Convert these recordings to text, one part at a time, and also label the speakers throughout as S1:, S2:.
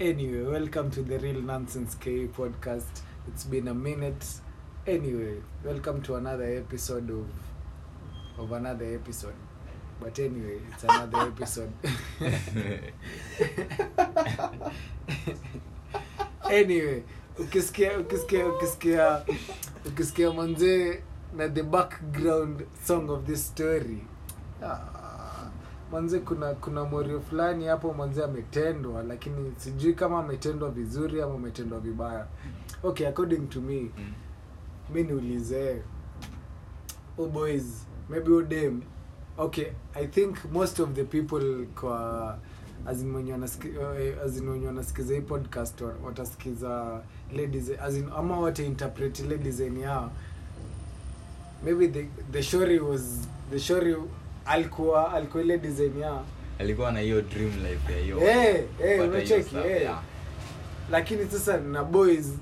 S1: Anyway, welcome to the Real Nonsense KE podcast. It's been a minute. Anyway, welcome to another episode of of another episode. But anyway, it's another episode. anyway, ukisikia ukisikia ukisikia ukisikia manzee na the background song of this story Ah, manze kuna kuna morio fulani hapo manze ametendwa lakini sijui kama ametendwa vizuri ama ametendwa vibaya okay according to me mi niulize oh boys maybe oh dem okay i think most of the people kwa azin wenye wanasiki- eh, as in wenye wanasikiza hii podcast wa- watasikiza ladies azin ama watainterpret ile design yao maybe the, the shori was the shori alikuwa alikuwa ile design yao
S2: alikuwa na hiyo dream life ya hiyo
S1: Eh, eh,
S2: kupata hiyo
S1: unacheki,
S2: stuff,
S1: eh.
S2: yeah.
S1: lakini sasa na boys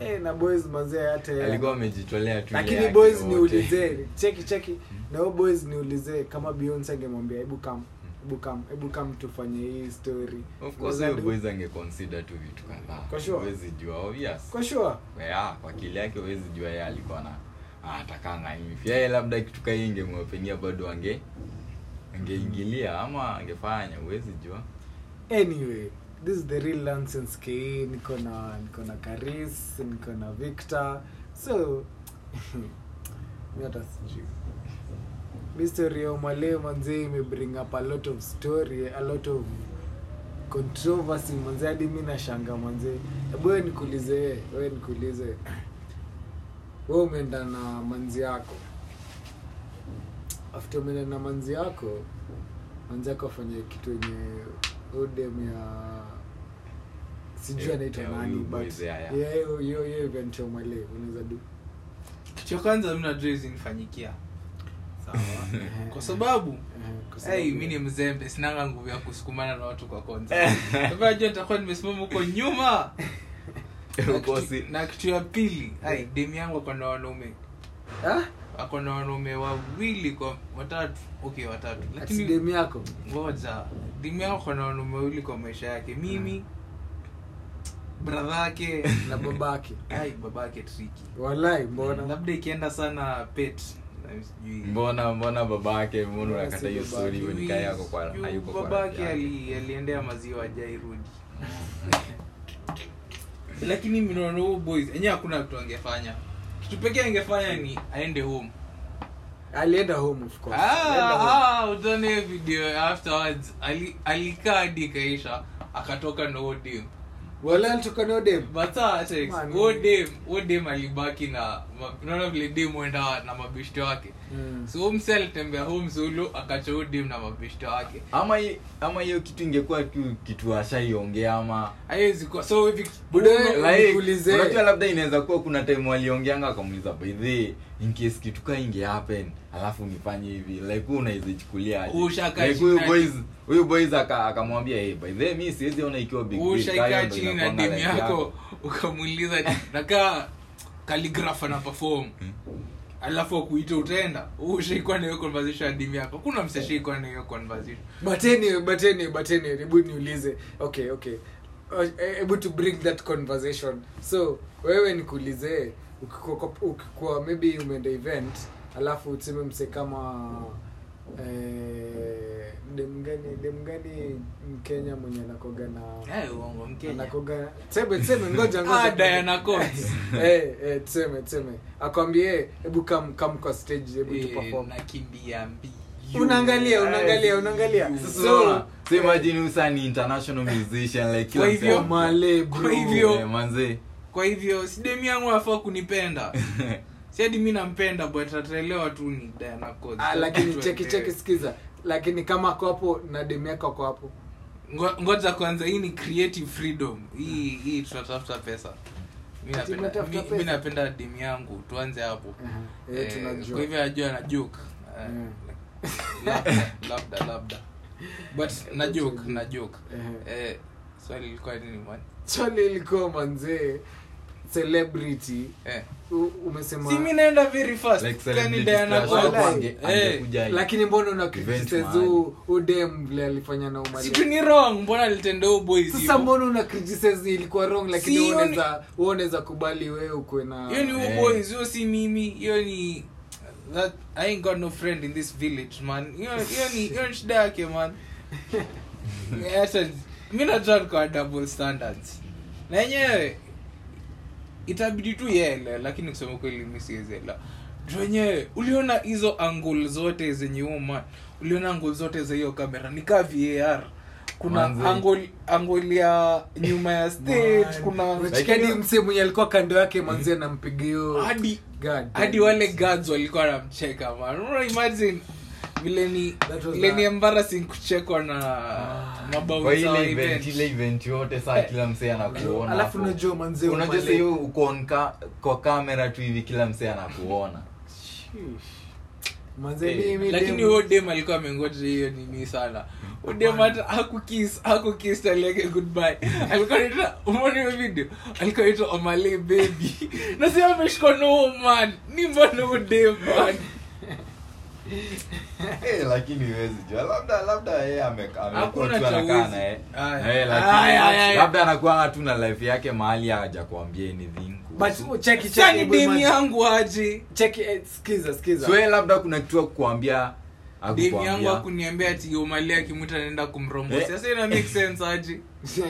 S1: eh, na boys mazee hata yeye-
S2: alikuwa amejitolea tu ile
S1: lakini
S2: yake
S1: boys
S2: yote.
S1: niulize cheki cheki
S2: Hmm.
S1: na huyo boys niulize kama beyonce angemwambia hebu kam hebu kam hebu kam tufanye hii story
S2: Hmm. of course
S1: Unaweza
S2: huyo
S1: do-
S2: boys angeconsider tu vitu kadhaa
S1: Kwa sure.
S2: huwezi jua obvious
S1: kwa sure
S2: yeah, kwa akili yake huwezi jua yeye alikuwa na atakaa na hivi yeye labda kitu kaa hii ingemwapenia bado ange angeingilia ama angefanya huwezi jua
S1: anyway this is the real nonsense ke niko na niko na karis niko na victor so mi hata sijui mystery ya umaleo manzee imebring up a lot of story a lot of controversy manzee hadi mi nashanga manzee hebu we nikuulize we we nikuulize we umeenda na manzi yako after umeenda na manzi yako manzi yako afanye kitu yenye odem ya sijui
S2: Ya-
S1: anaitwa
S2: ya
S1: nani
S2: huyu
S1: but
S2: boys, ya- ya.
S1: yeah, hiyo hiyo event ya umaleo unaweza do
S3: kitu ya kwanza mi najua hizi nifanyikia sawa kwa sababu
S1: Eh,
S3: hey, mi ni mzembe sinanga nguvu ya kusukumana na watu kwa kwanza Kwa najua nitakuwa nimesimama huko nyuma Na
S2: Uko
S3: kitu-
S2: si-
S3: na kitu ya pili hey, demu yangu ako na wanaume
S1: Ah?
S3: ako na wanaume wawili kwa watatu okay watatu
S1: Ati demu
S3: lakini
S1: yako
S3: ngoja demu yangu ako na wanaume wawili kwa maisha yake mimi bradha yake
S1: na babake
S3: ai babake triki
S1: walai mbona
S3: labda ikienda sana pet na sijui
S2: mbona mbona babake mbona
S1: Mbona
S2: unakata
S1: si
S2: hiyo story
S1: babake?
S2: hiyo nikaa yako kwa
S3: Juu
S2: hayuko kwa rafiki
S3: babake
S2: yake?
S3: ali- aliendea maziwa ajairudi lakini minono huo boys enyewe hakuna kitu angefanya kitu pekee angefanya ni aende home
S1: alienda home of course Alienda home.
S3: Ah, ah, utaona hiyo video afterwards Ali- alikaa hadi ikaisha akatoka na odem
S1: Walai alitoka na dem Man.
S3: basaodem alibaki na ma- unaona vile dem huenda na mabishto wake
S1: Mm.
S3: so mse alitembea home solo akacha odem na mabishto wake
S2: ama hi- ama hiyo kitu ingekuwa tu kitu ashaiongea ama
S3: haiwezi kuwa so hivi
S1: Buda,
S3: Bruno-
S1: la-
S2: Like,
S1: nikuulize.
S2: unajua labda inaweza kuwa kuna time waliongeanga akamuuliza by the in case kitu ka inge happen alafu nifanye hivi like wewe unaweza ichukulia aje
S3: Ushaka
S2: like huyu
S3: chini
S2: boys huyu boys aka- akamwambia hey by the mimi siwezi ona ikiwa big deal Kaya
S3: ushaikaa
S2: ndo
S3: chini na
S2: inakuanga
S3: demu
S2: like
S3: yako ukamuuliza nakaa kaligrafa na perform
S2: Hmm.
S3: alafu akuita utaenda ushaikuwa na hiyo conversation ya demu yako kuna mseshaikuwa na hiyo conversation
S1: But anyway, but anyway, but anyway, hebu niulize okay okay Uh, eh, hebu to bring that conversation so wewe nikuulize ukikuwa kwa- ukikuwa maybe umeenda event alafu useme mse kama eh, dem gani dem gani mkenya mwenye anakoga na
S3: Eh, uongo mkenya
S1: anakoga tseme tseme ngoja ngoja
S3: Ah, Diana Cox.
S1: eh eh tseme tseme akwambie eh, hebu kam kam kwa stage hebu tu
S3: Eh,
S1: perform
S3: nakimbia mbio
S1: unaangalia unaangalia unaangalia
S2: Sasa
S1: So-
S2: unaona? So imagine Usa ni international musician like kila
S3: Kwa
S2: mtu
S3: hivyo-
S2: ana-
S1: Male, bro.
S3: Kwa hivyo-
S2: Eh, manze
S3: kwa hivyo si demu yangu afaa kunipenda si hadi mi nampenda but ataelewa tu ni Diana Cox.
S1: Ah, lakini
S3: Tuendelee.
S1: cheki cheki sikiza lakini kama ako hapo na demu yako ako hapo
S3: Ngo- ngoja kwanza hii ni creative freedom hii hii tunatafuta pesa mi
S1: Ati
S3: napenda
S1: mnatafuta
S3: mi,
S1: pesa?
S3: mi napenda demu yangu tuanze hapo
S1: Eh,
S3: Eh,
S1: tunajua.
S3: kwa hivyo ajua na joke Eh,
S1: Mm.
S3: labda labda labda but na joke na joke
S1: Eh.
S3: eh, swali lilikuwa nini bwana
S1: chale ilikuwa manzee celebrity
S3: eh.
S1: u- umesema
S3: si mi naenda very fast
S2: Like
S3: yani
S2: celebrity
S3: Diana
S2: crush
S1: wako
S3: Ox.
S1: ange-
S3: Eh,
S2: angekuja-
S1: lakini mbona una
S2: Event
S1: criticize
S2: mahali.
S1: u- u dem vile alifanya na Umar?
S3: situ ni wrong mbona alitenda huyo boys
S1: sasa
S3: hivyo?
S1: mbona una criticize ilikuwa wrong lakini
S3: Si,
S1: wewe
S3: hiyo ni-
S1: unaweza wewe unaweza kubali wewe ukwe na
S3: hiyo ni huyo
S2: Eh.
S3: boys hiyo si mimi hiyo ni that i ain't got no friend in this village man hiyo hiyo ni hiyo ni shida yake man Eh, hata mi najua kwa double standards na yenyewe itabidi tu yele lakini kusema kweli mi siwezela wenyewe uliona hizo angul zote zenye uma uliona angul zote za hiyo kamera nikaa var
S2: Manzi.
S3: kuna angul angul ya nyuma ya stage
S1: Man.
S3: kuna
S1: Ah, Unacheki hadi msee mwenye alikuwa kando yake manzee anampigia hiyo
S3: hadi
S1: guard.
S3: hadi wale guards walikuwa wanamcheka man Unaweza imagine vile ni
S1: That was Ah.
S3: vile ni
S1: a-
S3: embarrassing kuchekwa na
S2: kwa
S3: mabouncer wa
S2: ile event ile
S3: event Eh,
S2: event yote saa kila msee anakuona
S1: Alafu
S2: hapo.
S1: unajua manzee
S2: unajua
S1: upale-
S2: sasa hiyo uko on ka- kwa kamera tu hivi kila msee anakuona
S1: manzee
S2: Eh,
S1: mimi
S3: lakini
S1: dem-
S3: huyo dem alikuwa amengoja hiyo nini sana udem hata hakukiss hakukiss aliake goodbye alikuwa naita umeona hiyo video alikuwa naita omale baby na si ameshikwa na huo man ni mbona udem man
S2: Eh, lakini huwezi jua labda labda yeye ame- amekuwa
S3: Hakuna
S2: tu
S3: cha
S2: anakaa
S3: huwezi.
S2: na yeye.
S3: Aya.
S2: Eh,
S3: Aya, aya,
S2: lakini
S3: aya.
S2: labda anakuwa tu na life yake mahali hajakwambia anything kuhusu.
S1: but cheki
S3: chani
S1: cheki
S3: dem
S1: dem
S3: yangu aje
S1: cheki eh, skiza skiza
S2: so yeye labda kuna kitu akukwambia
S3: demu yangu
S2: akukwambia
S3: akuniambia ati umalia kimwita naenda kumrombo
S2: Eh.
S3: sasa ina make sense aje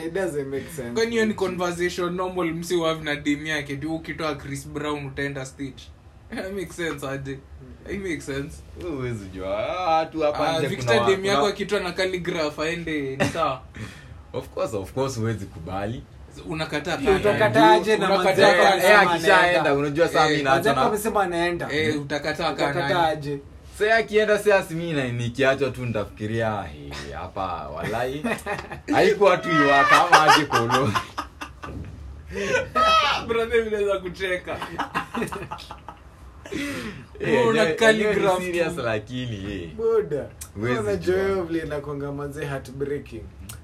S1: it doesn't make sense
S3: kwani hiyo ni conversation normal msi wavi na demu yake tu ukitoa chris brown utaenda stage Ina make sense aje Ina make sense
S2: Wewe huwezi jua Ah, tu hapa
S3: Ah,
S2: nje
S3: victor
S2: kuna-
S3: demu yako
S2: kuna-
S3: akitoa na calligraph aende ni sawa
S2: of course of course huwezi kubali
S3: unakataa
S1: Ndio,
S3: kaya.
S1: utakataaje na
S3: Unakataa
S1: manzee
S3: kaya.
S1: yake
S2: Eh,
S1: anasema
S2: akishaenda
S1: anaenda.
S2: unajua saa
S3: Eh,
S1: Manzee
S2: mi naacha
S1: alikuwa
S2: na
S1: amesema anaenda
S3: Eh, utakataa kaa
S1: Utakataa
S3: nani
S1: aje
S2: Sasa akienda si asimi na nikiachwa tu nitafikiria "Hey, hapa walai haikuwa tu iwaka ama aje kolo
S3: brother vinaweza kucheka
S2: Eh,
S3: Wewe una
S2: yenyewe-
S3: calligraph
S2: yenyewe ni serious
S3: tu.
S2: lakini eh.
S1: buda
S2: Huwezi
S1: unajua
S2: jua.
S1: hiyo vile inakwanga manzee heartbreaking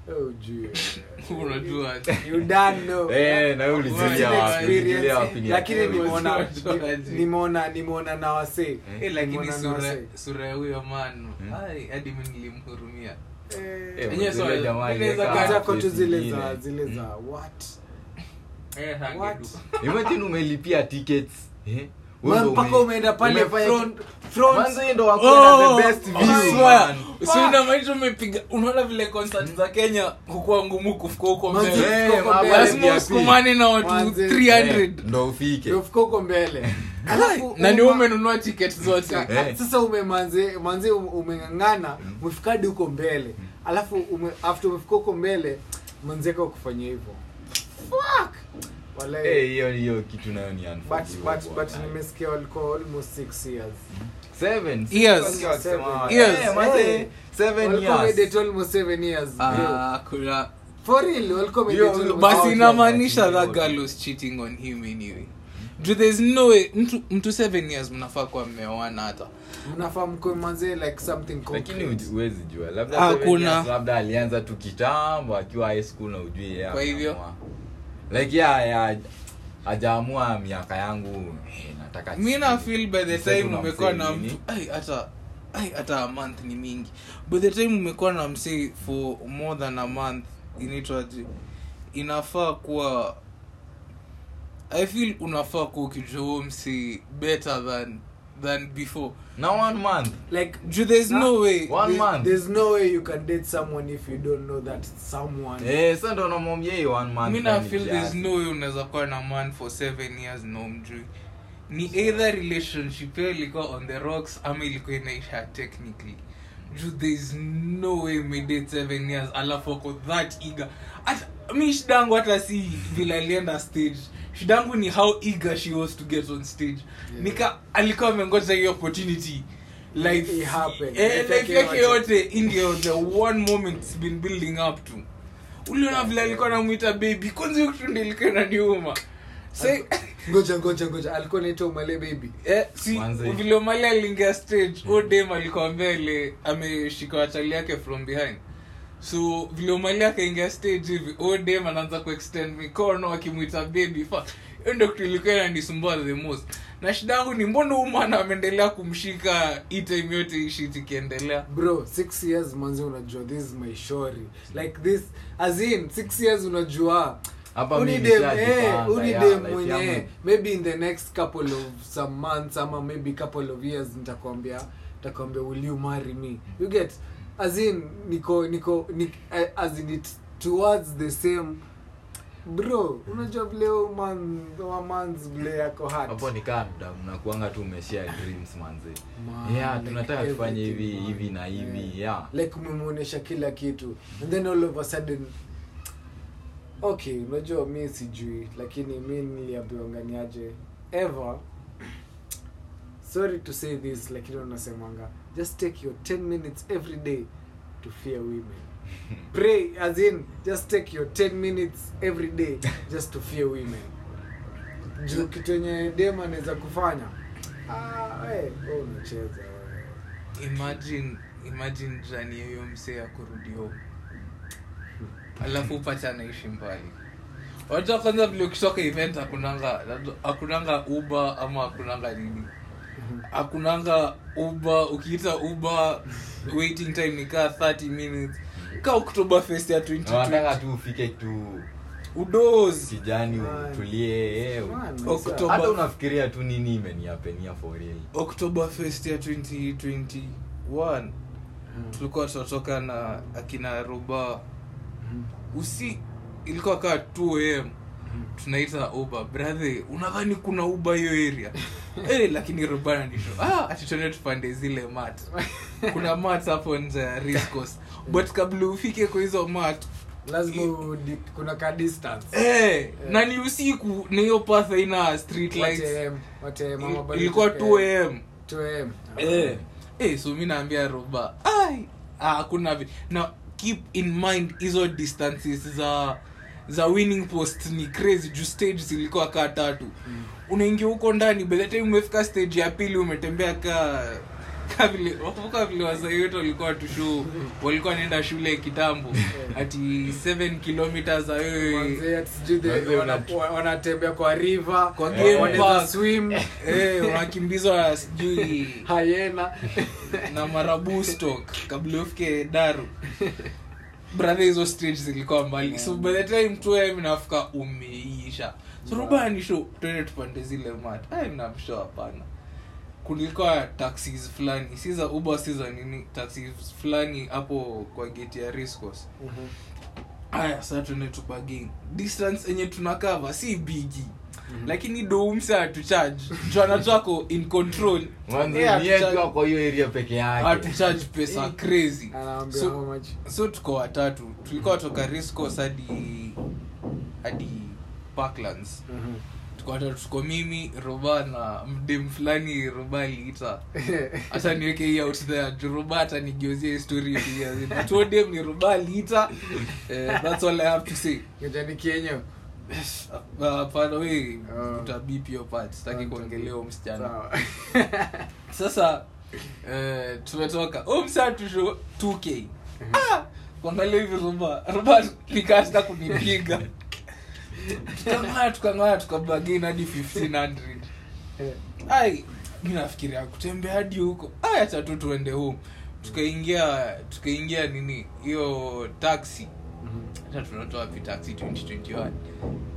S1: oh juu
S3: unajua
S1: you don't know
S2: Eh, na wewe ulijulia
S3: Wasn't
S2: wapi? Ulijulia
S1: experience.
S2: wapi ni
S1: lakini
S2: ya kweli?
S1: nimeona
S3: Unajua.
S1: nimeona nimeona na wasee
S3: Eh, lakini
S1: Nimeona na
S3: sura
S1: wasee.
S3: sura ya huyo man
S2: Hmm.
S3: ai, hadi mi nilimhurumia
S1: Eh,
S2: Eh,
S3: Yenyewe
S2: mzee
S3: swali.
S2: jamaa
S3: Mimi naweza
S2: aliweka
S3: kaa-
S1: zako tu
S2: face
S1: zile
S2: nyingine.
S1: za zile
S2: Mm.
S1: za what
S3: Eh, hange
S1: What?
S3: tu.
S2: imagine umelipia tickets eh? Wewe
S1: Man,
S2: ndo
S1: mpaka
S2: ume-
S1: umeenda pale
S2: umefanya-
S1: front front
S2: Manze, yeye ndo wako na the best
S1: oh my
S2: view
S3: Swear.
S2: man.
S3: So inamaanisha umepiga unaona vile concert za kenya kukuwa ngumu kufika huko
S1: Manze,
S3: mbele
S2: Eh,
S1: Tuko
S2: mambo
S1: mbele.
S2: ya
S3: lazima
S2: VIP.
S3: usukumane na watu
S1: Manze.
S2: Eh,
S3: 300
S2: ndo ufike
S1: ufuko huko mbele Alafu
S3: na ndio
S1: uma-
S3: umenunua tiketi zote
S2: Eh.
S1: Ah,
S2: Mm.
S1: sasa umemanze manze ume- umeng'ang'ana umefika hadi huko mbele alafu ume, after umefika huko mbele manzeka kufanya hivyo Walai.
S2: Eh, hiyo hiyo kitu nayo ni
S1: but but but
S2: unforgivable.
S1: nimesikia walikuwa almost 6 years
S2: Seven.
S3: Years.
S2: Sasa wakisema-
S3: Years.
S2: Eh, manze,
S1: Eh.
S2: seven
S1: Walikuwa
S2: years.
S1: wamedate almost 7 years Yo.
S3: Ah, kuna-
S1: for real walikuwa
S2: Yo,
S1: wamedate almost
S2: Okay,
S3: basi
S1: seven
S3: inamaanisha
S2: lakini
S3: that
S2: wote.
S3: girl was cheating on him anyway Do there's no way mtu mtu 7 years mnafaa kuwa mmeoana hata
S1: years. mnafaa mkwe manze like something
S2: lakini
S1: concrete
S2: huji- huwezi jua labda
S3: Ah,
S2: seven
S3: kuna-
S2: years, labda alianza tu kitambo akiwa high school na ujui yeye
S3: Kwa hivyo?
S2: ameamua. like yeye haya- hajaamua miaka yangu eh, nataka
S3: mi na feel by the
S2: Mseto
S3: time
S2: na
S3: umekuwa
S2: msee
S3: na
S2: nini?
S3: mtu ai hata ai hata a month ni mingi by the time umekuwa na msee for more than a month inaitwaje inafaa kuwa i feel unafaa kuwa ukijua huo msee better than than before
S2: na one month
S1: like
S3: ju there's
S1: Na-
S3: no way
S2: One
S3: the-
S2: month.
S1: there's no way you can date someone if you don't know that someone
S2: eh sasa ndo namwambia hiyo one month
S3: mi na
S2: nani
S3: feel there's
S2: kiasi.
S3: no way unaweza kuwa na man for seven years na umjui ni either relationship yao ilikuwa on the rocks ama ilikuwa inaisha technically juu thereis no way midate seven years alafu ako that eager hata mi shida yangu hata si vile alienda stage shida yangu ni how eager she was to get on stage nika alikuwa amengoja hiyo opportunity life
S1: It happened.
S3: eh,
S1: Life yake
S3: life yake
S1: yote.
S3: yote indio the one moment it's been building up to uliona vile alikuwa namwita baby kwanza hiyo kitu ndio ilikuwa inaniuma Say-
S1: ngoja ngoja ngoja alikuwa naitwa umale baby
S3: Eh, si
S2: Manze.
S3: vile mali aliingia stage huo dem alikuwa mbele ameshika watali yake from behind so vile umali akaingia stage hivi huo dem anaanza kuextend mikono akimwita baby fa hiyo ndo kitu ilikuwa inanisumbua the most na shida yangu ni mbona huyu mwana ameendelea kumshika hii time yote hii shit ikiendelea
S1: bro six years manzi unajua this is my shori like this as in six years unajua
S2: Hapa
S1: Uni
S2: mimi
S1: dem,
S2: nishajipanga,
S1: eh, uni
S2: ya,
S1: dem
S2: life
S1: mwenyewe
S2: yangu.
S1: maybe in the next couple of some months ama maybe couple of years nitakwambia nitakwambia will you marry me you get as in niko niko ni, eh, as in it towards the same bro unajua vile man wa man's vile yako heart
S2: hapo ni kaa mda- mnakuanga tu umeshare dreams manzi
S1: Man,
S2: yeah
S1: like
S2: tunataka tufanye hivi
S1: everything, man.
S2: hivi na hivi
S1: Yeah.
S2: yeah
S1: like umemwonyesha kila kitu and then all of a sudden okay unajua mi sijui lakini mi niliambiwanganiaje ever sorry to say this lakini unasemanga just take your 10 minutes every day to fear women pray as in just take your 10 minutes every day just to fear women juu kitu yenye dem anaweza kufanya ah, we, we unacheza we.
S3: imagine imagine jani yeyo msee akurudi home alafu pacha anaishi mbali wajua kwanza vile ukitoka event akunanga akunanga uba ama akunanga nini akunanga uba ukiita uba waiting time nikaa 30 minutes kaa oktoba fest ya
S2: wanataka
S3: 2020
S2: tu ufike tu
S3: udozi
S2: kijani
S1: Man.
S2: utulie eh,
S1: Man,
S3: Oktoba.
S2: hata unafikiria tu nini imeniapenia for real
S3: oktoba fest ya 2021
S1: Mm.
S3: tulikuwa tunatoka na akina rubaa
S1: mm.
S3: usi ilikuwa kaa 2 am tunaita uba brathe unadhani kuna uba hiyo area hey, lakini robana ndisho ah, atitone tupande zile mat kuna mat hapo nje ya riscos but kabla ufike kwa hizo mat
S1: lazima udi- kuna ka distance
S3: hey,
S1: Eh.
S3: na ni eh, usiku na hiyo path haina street lights
S1: Wate- wate- eh, mama
S3: Il-
S1: bado
S3: ilikuwa
S1: tuke-
S3: 2 am
S1: 2 am.
S3: eh eh so mi naambia roba ai ah, hakuna vi na keep in mind hizo distances za za winning post ni crazy juu stage zilikuwa kaa tatu mm. unaingia huko ndani by the time umefika stage ya pili umetembea ka ka vile wakumbuka vile wasai wetu walikuwa tushu walikuwa wanaenda shule kitambo ati 7 kilometers awewe
S1: Manze, ati sijui the-
S2: Manze,
S1: wana-
S2: una-
S1: wa- wanatembea kwa river
S3: Kwa
S1: eh,
S2: game
S1: wanaweza
S3: park.
S1: swim
S3: eh unakimbizwa sijui
S1: hyena
S3: na marabu stock kabla ufike daru brother hizo stage zilikuwa mbali so by the time tuem nafika umeisha so rubani show tuende tupande zile mat mnamsho hapana kulikuwa taxis fulani si za uber si za nini taxis fulani hapo kwa geti ya riscos
S1: Mhm.
S3: haya saa tuende tubagin distance enye tunakava si bigi lakini doumse atucharge jana chako in control
S2: Mwanzo
S3: Eh,
S2: ni yetu
S3: hatucharge-
S2: kwa hiyo area peke yake
S3: hatucharge pesa crazy
S1: Anawaambia how
S3: so,
S1: much.
S3: so tuko watatu tulikuwa toka riscos hadi hadi parklands
S1: Mhm.
S3: tuko watatu tuko mimi roba na mdem fulani roba aliita hata niweke hii out there juu roba hata nigeuzie story pia tuodem ni roba aliita eh, that's all i have to say
S1: Ngoja nikienyo.
S3: Uh, pana we
S1: Ah.
S3: utabip hiyo part sitaki kuongelea huyo msichana
S1: Sawa.
S3: sasa eh, tumetoka umsatusho 2k Ah, kuangalia hivi ruba ruba likasta kunipiga tukang'ana tukang'ana tukabagin hadi 1500
S1: Eh,
S3: ai mi nafikiria kutembea hadi huko ai acha tu tuende home tukaingia tukaingia nini hiyo taxi
S1: mhm.
S3: hata tunatoa wapi taxi 2021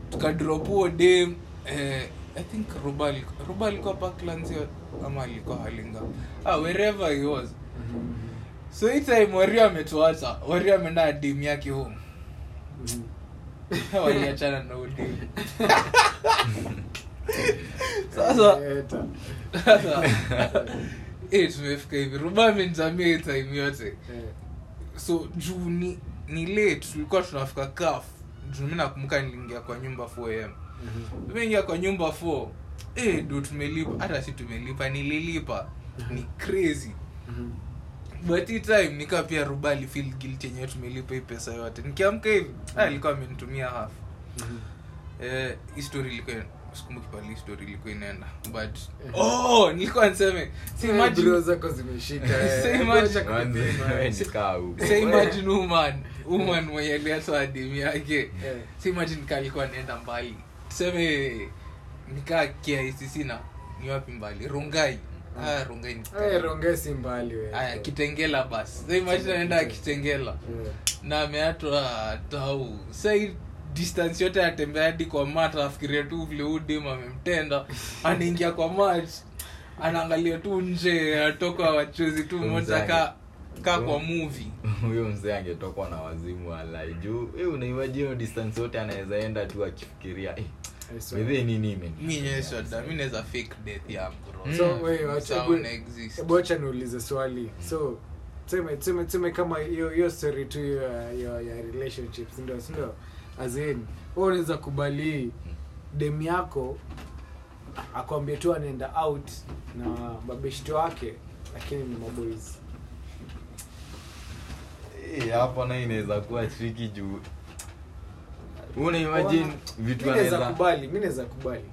S3: tukadrop huo dem eh, i think ruba alikuwa- ruba alikuwa parklands hiyo ama alikuwa halinga ah, wherever he was
S1: Mhm.
S3: so hii time wario ametuacha wario ameenda dim yake home
S1: Mhm.
S3: waliachana na udim sasa
S1: Eta.
S3: sasa eh, tumefika hivi ruba amenizamia hii time yote
S1: Eh,
S3: so juu ni, ni late tulikuwa tunafika kaf juu mi nakumbuka niliingia kwa nyumba 4am
S1: mhm.
S3: tumeingia kwa nyumba 4 eh, ndo tumelipa hata si tumelipa nililipa ni crazy
S1: Mhm.
S3: but hii time nikaa pia ruba alifeel guilty yenyewe tumelipa hii pesa yote nikiamka hivi ah, alikuwa amenitumia half
S1: Mhm.
S3: eh, hii story ilikuwa sikumbuki pali story ilikuwa inaenda but
S1: Eh.
S3: oh nilikuwa niseme si imagine
S1: Bro zako zimeshika eh.
S3: Say imagine-
S1: Acha kupima.
S3: say imagine woman woman mwenye aliacha adim yake
S1: Eh.
S3: si imagine kaa alikuwa anaenda mbali tuseme nikaa KICC na ni wapi mbali rungai ah rungai ni
S1: Mm. Eh, Rongai si mbali we.
S3: aya kitengela basi sa imagine anaenda kitengela
S1: Eh.
S3: na ameatwa tau sai distance yote atembea hadi kwa mat afikiria tu vile udim amemtenda anaingia kwa mat anaangalia tu nje anatoka wachuzi tu moja ka, ka
S1: Mm.
S3: kwa movie
S2: huyo mzee angetokwa na wazimu alai juu eh, unaimagine hiyo distance yote anawezaenda tu akifikiria eh,
S1: I saw.
S2: within nini ime-
S3: mi nyeshoda mi naweza fake death yangu bro.
S1: So,
S2: Mm.
S1: wewe, wacha-
S3: Sawa,
S1: hebu-
S3: una-exist.
S1: hebu wacha niulize swali so tuseme tuseme tuseme kama hiyo hiyo story tu ya ya, ya relationships ndio ndio as in wewe unaweza kubali dem yako akwambie tu anaenda out na babeshto wake lakini ni maboys
S2: Eh, hapo na inaweza kuwa triki juu unaimagine vitu
S1: anaweza
S2: anaweza
S1: kubali mimi naweza kubali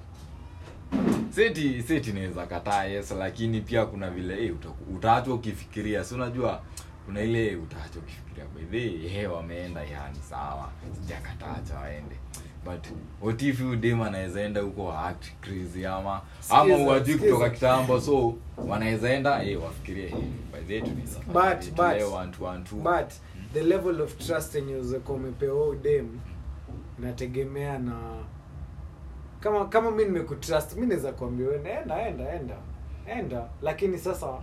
S2: seti seti inaweza kataa yes lakini pia kuna vile hey, utaachwa ukifikiria si unajua kuna ile eh, utaachwa ukifikiria bedhe he eh, wameenda yani sawa sijakataa cha waende but what if you dem anaweza enda huko act crazy ama ama
S1: Sikiza,
S2: uwajui kutoka
S1: sikiza.
S2: kitambo so wanaweza enda eh, wafikirie hey, by the way tunaweza fanya
S1: But-
S2: vitu
S1: but-
S2: leo, one to one two.
S1: but
S2: Mm.
S1: the level of trust yenye uzakuwa umepewa huyu dem inategemea na kama kama mi nimekutrust mi naweza kuambia wewe naenda enda enda enda lakini sasa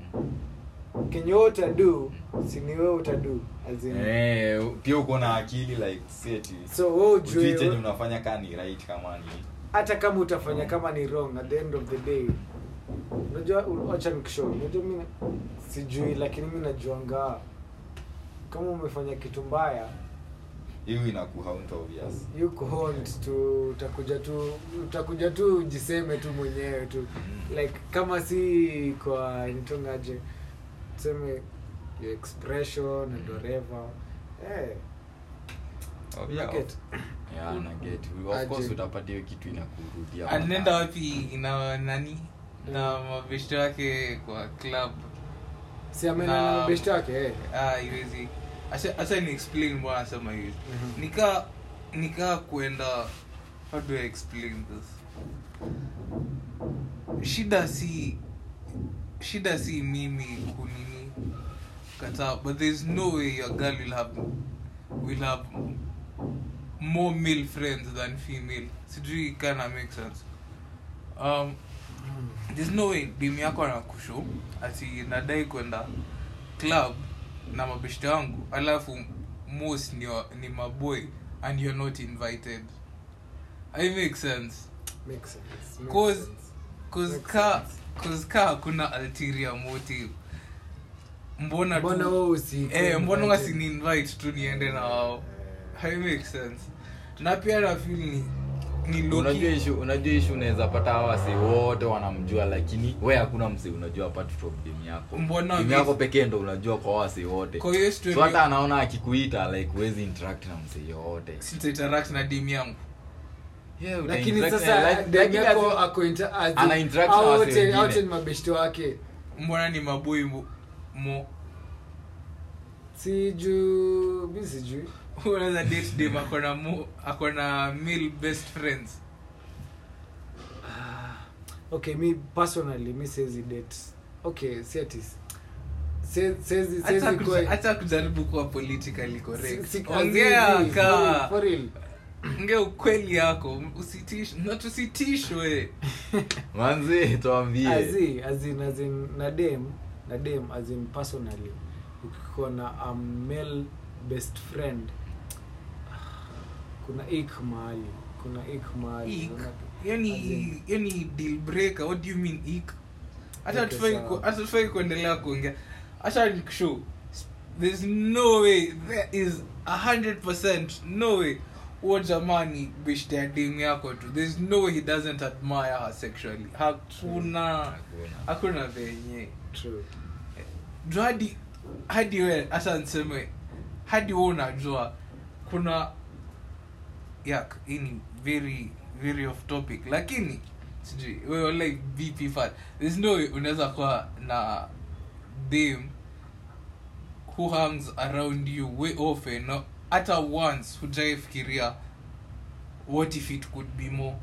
S1: kenye wewe utadu si ni wewe utadu as in-
S2: Eh, pia uko na akili like seti
S1: So, wewe ujue-
S2: Ujue chenye unafanya kaa ni right kama ni
S1: hata kama utafanya kama ni wrong at the end of the day unajua u- wacha nikushauri unajua mi sijui lakini mi najuanga kama umefanya kitu mbaya
S2: hiyo inakuwa haunta obvious
S1: you can't tu utakuja tu utakuja tu ujiseme tu mwenyewe tu
S2: Mm-hmm.
S1: like kama si kwa nitungaje tuseme your expression and whatever eh
S2: Mm-hmm. Oh,
S1: you
S2: yeah,
S1: get.
S2: of- yeah, na get. Of
S1: Aje.
S2: course utapata hiyo kitu inakurudia.
S3: anaenda wapi na nani na mabeshto yake kwa club
S1: si amena
S3: Um,
S1: na best yake eh
S3: ah, iwezi acha acha ni explain mbona nasema hivi
S1: Mhm.
S3: nika nika kuenda how do I explain this shida si shida si mimi kunini kataa but there's no way your girl will have will have more male friends than female sijui kana make sense um,
S1: Mm,
S3: there's no way dim yako anakushu ati nadai kwenda club na mabeshte wangu alafu most ni, wa- ni maboy and you're not invited i make sense
S1: makes sense makes
S3: cause
S1: sense.
S3: cause
S1: Makes
S3: ka
S1: sense.
S3: cause ka hakuna ulterior motive mbona tu-
S1: Mbona wewe usi- Eh.
S3: eh mbona
S1: invited?
S3: wasini invite tu niende na wao i make sense na pia na feel ni ni low
S2: unajua
S3: key
S2: issue unajua issue unaweza pata hawa wasi wote wanamjua lakini we hakuna msi unajua apart from game yako
S3: Mbona
S2: game
S3: vi-
S2: yako pekee ndo unajua kwa hawa wasi wote
S3: Kwa hiyo story-
S2: so hata anaona akikuita like huwezi interact na msi yoyote
S3: since interact na dim yangu
S2: yeah, uta
S1: lakini
S2: interact
S1: sasa
S2: na-
S1: like,
S2: lakini
S1: yako
S2: as-
S1: ako inter- as in-
S2: ana interact na
S1: hao
S2: wase
S1: wote- hao
S2: wengine.
S1: wote ni mabeshte wake
S3: mbona ni maboi mo, mo
S1: si juu mi sijui
S3: unaweza date dem akona mo akona male best friends
S1: Ah, okay mi personally mi siwezi date okay si ati se- siwezi
S3: hata
S1: siwezi
S3: kuja-
S1: kuwa
S3: hata kujaribu kuwa politically
S1: si- si-
S3: correct
S1: for
S3: ongea
S1: real,
S3: ka
S1: for real.
S3: ongea ukweli yako usitishwe na tusitishwe
S2: manzi tuambie
S1: As in- as in- as in, na dem na dem as in personally ukikuwa na a male best friend kuna ik mahali kuna ik mahali
S3: Ick.
S1: Kuna-
S3: hiyo ni
S1: as in-
S3: hiyo ni Yaani- deal breaker what do you mean ik hata
S1: Okay,
S3: tufai
S1: sawa.
S3: hata tufai kuendelea kuongea hata nikishow there's no way there is 100% no way huo jamani bishte ya demu yako tu there's no way he doesn't admire her sexually hakuna
S2: Hakuna.
S3: hakuna venye
S1: True.
S3: Juu hadi hadi we hata niseme hadi we unajua kuna yak hii ni very very off topic lakini sijui we were like bp fan there's no way unaweza kuwa na them who hangs around you way often no? hata once hujaifikiria what if it could be more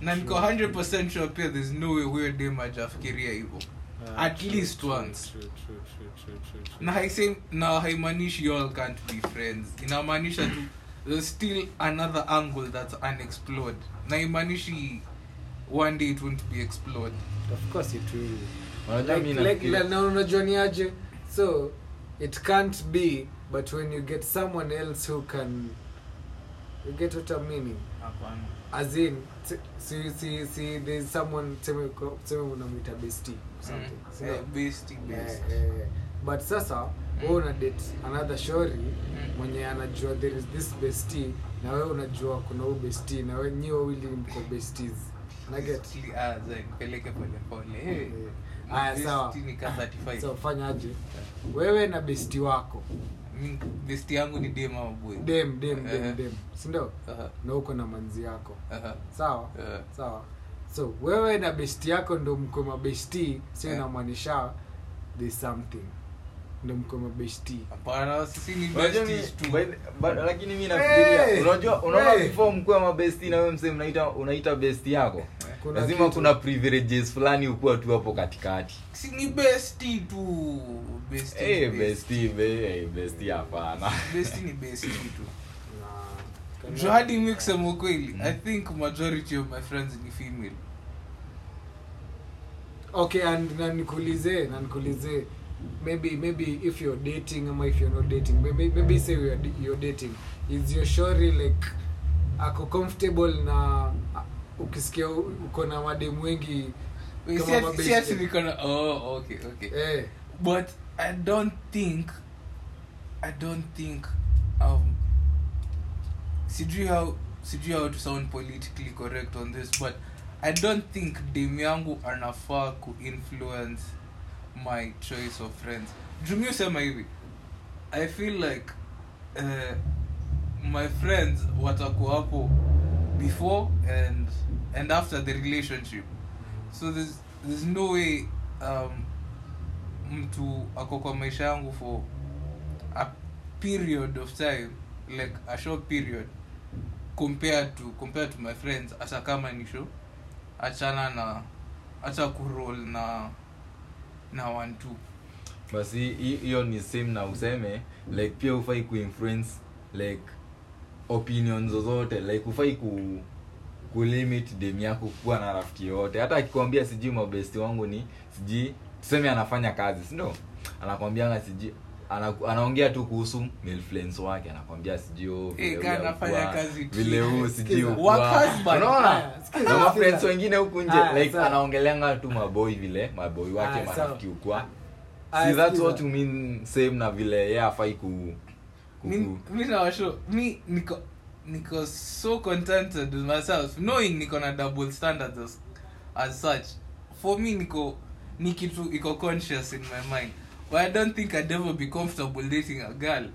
S3: na niko 100 sure pia there's no way huyo dem ajafikiria hivyo
S1: Ah,
S3: At
S1: true,
S3: least
S1: true,
S3: once.
S1: true, true, true, true, true, true.
S3: na haise na haimaanishi you all can't be friends inamaanisha tu there's still another angle that's unexplored na haimaanishi one day it won't be explored
S1: Of course it will.
S2: Unajua
S1: Like-
S2: mi
S1: like-
S2: nafikiria-
S1: like- na unajua ni aje so it can't be but when you get someone else who can you get what I'm meaning as in t- si, si, si, there's someone tuseme uko- tuseme unamwita bestie or something
S3: Mm.
S1: si ndio?
S3: Eh, bestie,
S1: Eh,
S3: bestie. Mm.
S1: eh, but sasa wewe una date another shori mwenye anajua there is this bestie na wewe unajua kuna huu bestie na wewe nyiwe wawili mko besties na get
S3: Basically, ah, za- nipeleke polepole Eh,
S1: Eh, haya, sawa.
S3: bestie ni ka 35.
S1: so fanyaje wewe na besti wako
S3: Mi- bestie yangu ni dem ama boy
S1: dem dem
S3: Eh,
S1: dem dem sindio
S3: aha,
S1: na uko na manzi yako
S3: aha,
S1: sawa
S3: eh.
S1: sawa so wewe na besti yako ndo mko mabesti si
S3: Eh.
S1: inamaanisha there's something ndo mko mabesti
S3: Eh. hapana sisi ni
S2: Unajua mi-
S3: besties tu
S2: by the- but- lakini mi nafikiria
S1: Hey!
S2: unajua unaona
S1: Hey!
S2: before mkuwa mabesti na wewe msee mnaita unaita besti yako
S1: Kuna
S2: lazima
S1: kitu.
S2: kuna privileges fulani ukuwa tu hapo katikati
S3: si ni bestie tu bestie ni
S2: Eh,
S3: bestie.
S2: besti be eh, besti hapana
S3: Bestie ni bestie tu
S1: Na-
S3: Juu hadi mi kusema ukweli i think majority of my friends ni female
S1: okay and na nikuulize na nikuulize maybe maybe if you're dating ama if you're not dating maybe, maybe say you're, d- you're dating is your shori like ako comfortable na a- ukisikia u- uko na mademu wengi
S3: Wait,
S1: kama
S3: si ati-
S1: mabeste.
S3: si ati niko na- oh okay okay
S1: eh,
S3: but i don't think i don't think um sijui how sijui how to sound politically correct on this but i don't think dem yangu anafaa kuinfluence my choice of friends jumi usema hivi i feel like uh, my friends watakuwa hapo before and and after the relationship so there's, there's no way um, mtu ako kwa maisha yangu for a period of time like a short period compared to compared to my friends hata kama nisho achana na hata kurol na na one two
S2: basi hi- hiyo ni same na useme like pia hufai kuinfluence like opinion zozote like hufai ku kulimit dem yako kuwa na rafiki yoyote hata akikwambia sijui mabesti wangu ni sijui tuseme anafanya kazi sindo anakwambianga sijui ana, anaongea tu kuhusu milfluence wake anakwambia sijui oh, vile
S3: Eh,
S2: huyu
S3: kana anafanya
S2: hakuwa,
S3: kazi tu.
S2: vile huu sijui
S1: Sikiza.
S2: hukuwa.
S3: Work husband.
S2: unaona
S1: Ah, sikiza,
S2: na mafriends
S1: sikiza.
S2: wengine huku nje
S1: Ah,
S2: like
S1: sawa.
S2: anaongeleanga tu maboi vile maboi wake
S1: Ah, sawa.
S2: marafiki ukwa
S1: Ah,
S2: See, that's
S1: sikiza.
S2: what you mean same na vile yeye afai ku ku-
S3: mi
S2: ku-
S3: mi nawasho mi niko niko so contented with myself knowing niko na double standards as, as such for me niko ni kitu iko conscious in my mind but i don't think i'd ever be comfortable dating a girl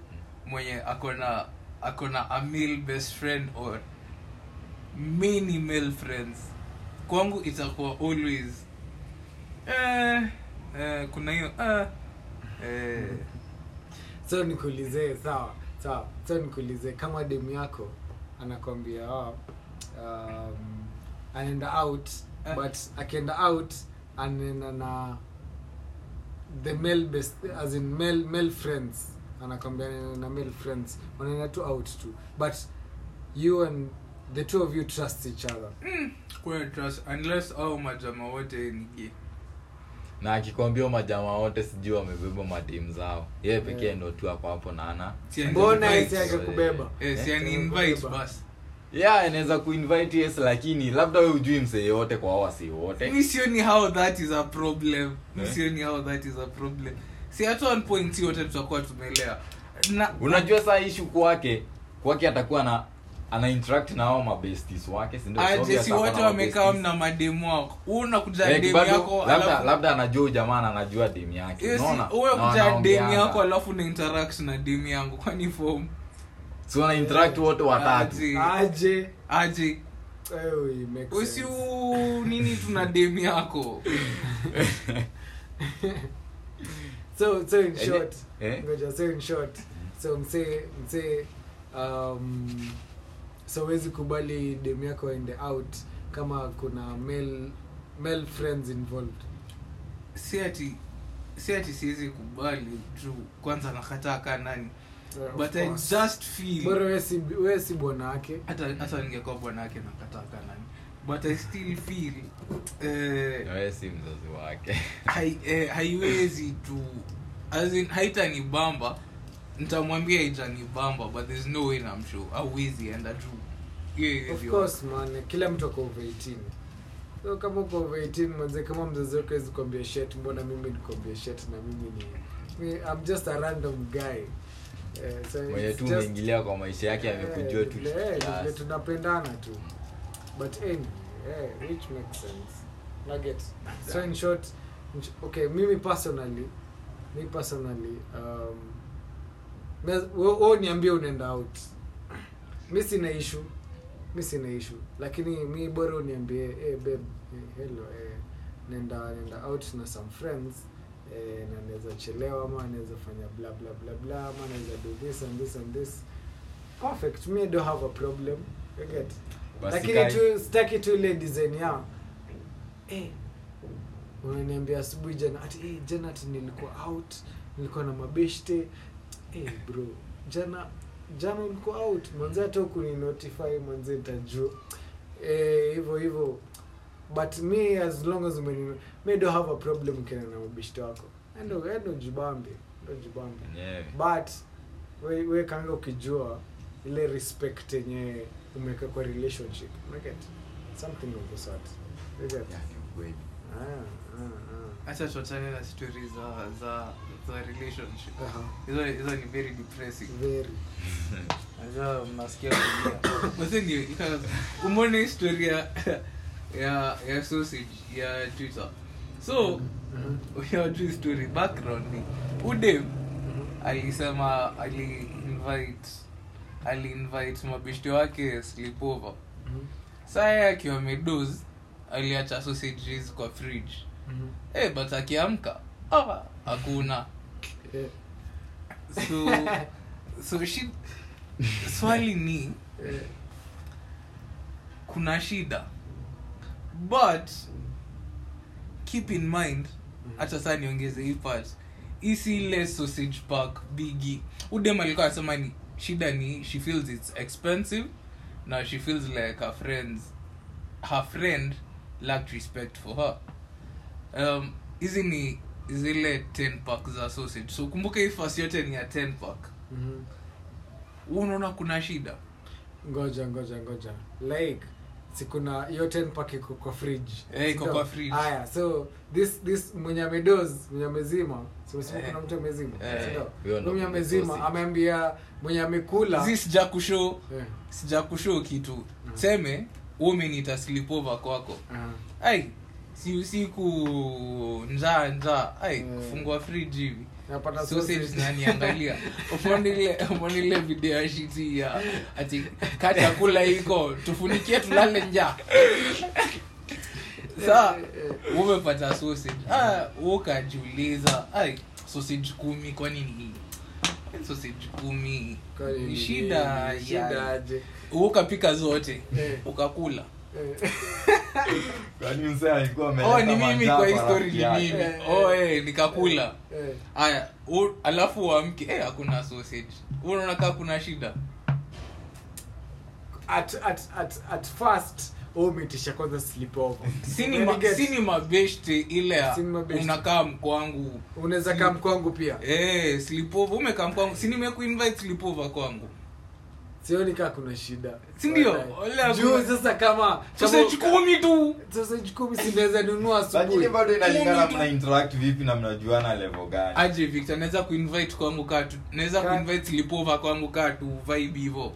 S3: mwenye akona akona a male best friend or many male friends kwangu itakuwa always eh, eh, kuna hiyo eh, eh,
S1: so nikuulize sawa sawa so nikuulize kama demu yako anakwambia oh, um, anaenda out
S3: Eh.
S1: but akienda out anaenda na the male best as in male, male friends anakwambia anaenda na male friends wanaenda tu out tu but you and the two of you trust each other
S3: Mm. Kwa trust unless au majama wote ni gay.
S2: na akikwambia majamaa wote sijui wamebeba matimu zao yeye pekee
S1: Yeah.
S2: ndo tu ako hapo na ana
S3: Si ani
S1: mbona
S3: invite.
S1: isi akikubeba
S3: Eh, si
S2: Eh?
S3: ani invite basi.
S2: yeah anaweza kuinvite yes lakini labda we ujui msee yote kwa hawa si
S3: Mi
S2: wote
S3: sioni how that is a problem. Mi
S2: Eh?
S3: sioni how that is a problem. Si at one point si wote tutakuwa tumeelewa. Na
S2: unajua saa ishu kwake kwake atakuwa na ana interact na hao mabestis wake si ndio? So
S3: aje
S2: obvious
S3: si
S2: ako
S3: wote
S2: na
S3: wamekaa
S2: mabesties.
S3: na mademu wako. Wewe unakuja
S2: Like,
S3: demu
S2: bado,
S3: yako
S2: labda
S3: alafu
S2: labda anajua huyu jamaa na anajua demu yake
S3: Yes,
S2: unaona
S3: wewe
S2: Na
S3: kuja demu
S2: wanaongeanga.
S3: yako alafu na interact na demu yangu kwani form
S1: Ah,
S2: si wana interact wote watatu
S3: Aje.
S1: aje
S3: aje
S1: Oh, it makes
S3: usi
S1: sense.
S3: nini tuna dem yako
S1: so so in
S2: Any-
S1: short
S2: eh?
S1: ngoja so in short so msee msee um, so wezi kubali dem yako aende out kama kuna male male friends involved
S3: si ati si ati siwezi kubali juu kwanza nakataa kaa nani
S1: Uh, of
S3: but i
S1: course. uh,
S3: just feel
S1: bora we si- we si bwana wake
S3: hata hata ningekuwa bwana yake nakataa kaa nani but i still feel eh,
S2: Na wewe si mzazi wake
S3: hai- eh, haiwezi tu as in haitani bamba nitamwambia itani bamba but there's no way I'm sure hauwezi enda juu hiyo
S1: of
S3: haiwezi
S1: course man kila mtu ako over 18 so kama uko over 18 manze kama mzazi wako wezi kuambia shet mbona mimi nikuambia shet na mimi ni mi- i'm just a random guy Eh, so
S2: mwenye
S1: it's
S2: tu
S1: just-
S2: umeingilia kwa maisha yake amekujua
S1: Eh,
S2: tu
S1: vile- eh,
S2: kiasi.
S1: vile tunapendana tu but anyway, eh, which makes sense nugget so in short in sh- okay mimi personally mi personally um, na- we- wewe niambie unaenda out mi sina issue mi sina issue lakini mi bora uniambie eh babe eh, hello eh, nenda nenda out na some friends eh, na naweza chelewa ama naweza fanya bla bla bla bla ama naweza do this and this and this perfect mi do have a problem You get
S2: Basi
S1: lakini
S2: kai-
S1: tu sitaki tu ile design yao eh, unaniambia asubuhi jana ati eh, jana ati nilikuwa out nilikuwa na mabeshte eh, bro jana jana ulikuwa out manze hata kuninotify manze nitajua eh, hivyo hivyo but me as long as umeni me do have a problem kena na mabeshte wako endo endo jibambe endo jibambe
S2: Mwenyewe.
S1: but we, we kanga ukijua ile respect yenye umeweka kwa relationship unaget something of the sort You get?
S2: Yeah, ni ukweli.
S1: Ah, ah,
S3: acha tuachane na stori za za za relationship
S1: ah. Aha,
S3: hizo hizo ni very depressing
S1: very
S3: Acha mnasikia kulia. Basi ndio, ika- umeona historia ya ya sausage ya twitter so
S1: Mhm.
S3: hiyo tu story background ni udem
S1: Mhm.
S3: Mm-hmm. alisema ali invite ali invite mabishti wake sleepover
S1: Mhm.
S3: saa yeye akiwa medos aliacha sausages kwa fridge
S1: Mhm.
S3: eh but akiamka ah, hakuna
S1: Eh,
S3: so so shi, swali ni
S1: eh,
S3: kuna shida but keep in mind hata saa niongeze hii part isi ile sausage park bigi udem alikuwa anasema ni shida ni she feels its expensive na she feels like her friends her friend lacked respect for her um, hizi ni zile 10 pack za sausage so kumbuka hii fasi yote ni ya 10 pack
S1: mhm.
S3: unaona kuna shida
S1: ngoja ngoja ngoja like sikuna hiyo 10 pack iko kwa fridge
S3: Eh, iko
S1: Sindio?
S3: kwa fridge.
S1: haya so this this mwenye amedoz mwenye amezima simesema
S3: Eh.
S1: kuna mtu amezima
S3: Eh.
S1: Sindio?
S2: Huyo
S1: mwenye
S2: ndo mwenye
S1: amezima
S2: sausage.
S1: ameambia mwenye amekula
S3: zi sijakushow
S1: Eh,
S3: sijakushoo kitu seme umeniita slipova kwako
S1: aha.
S3: ai si usiku njaa njaa ai
S1: Mm.
S3: kufungua fridge hivi
S1: Napata
S3: sausage
S1: sausage.
S3: naniangalia umeona ile- umeona ile video ya shiti ya ati kaa chakula iko tufunikie tulale njaa
S1: Eh,
S3: saa umepata sausage ah, ukajiuliza ai sausage kumi kwani ni hii? sausage kumi
S1: Kwani
S3: ni
S1: ni
S3: shida
S1: nini? Shida
S3: ya
S1: aje?
S3: ukapika zote
S1: Eh.
S3: ukakula
S1: Eh,
S2: Kwani Yaani mzee alikuwa ameleta
S3: oh ni mimi
S2: manjaa
S3: kwa
S2: kwa
S3: hii story
S2: rafiki
S3: ni
S2: yake?
S3: mimi
S1: Eh,
S3: oh
S1: eh.
S3: eh nikakula
S1: eh.
S3: aya u- alafu uamke eh hakuna sausage Wewe unaona kama kuna shida
S1: At, at, at, at first wewe umeitisha kwanza sleepover
S3: sini
S1: Then
S3: ma,
S1: you get-
S3: sini mabeshte ile ya
S1: Sini mabeshte.
S3: unakaa mkwangu
S1: unaweza kaa mkwangu pia
S3: eh sleepover umekaa mkwangu sini nimekuinvite sleepover kwangu
S1: sioni kaa kuna shida
S3: Si ndio?
S1: Walai.
S3: Wala
S1: juu
S3: kuna-
S1: sasa kama
S3: sausage kumi tu
S1: sausage kumi sinaweza nunua
S2: lakini
S1: asubuhi
S2: bado inalingana
S3: Kumi tu.
S2: mna interact vipi na mnajuana level gani
S3: aje Victor naweza kuinvite kwangu kaa tu naweza
S1: Ka-
S3: kuinvite sleepover kwangu kaa tu vibe hivyo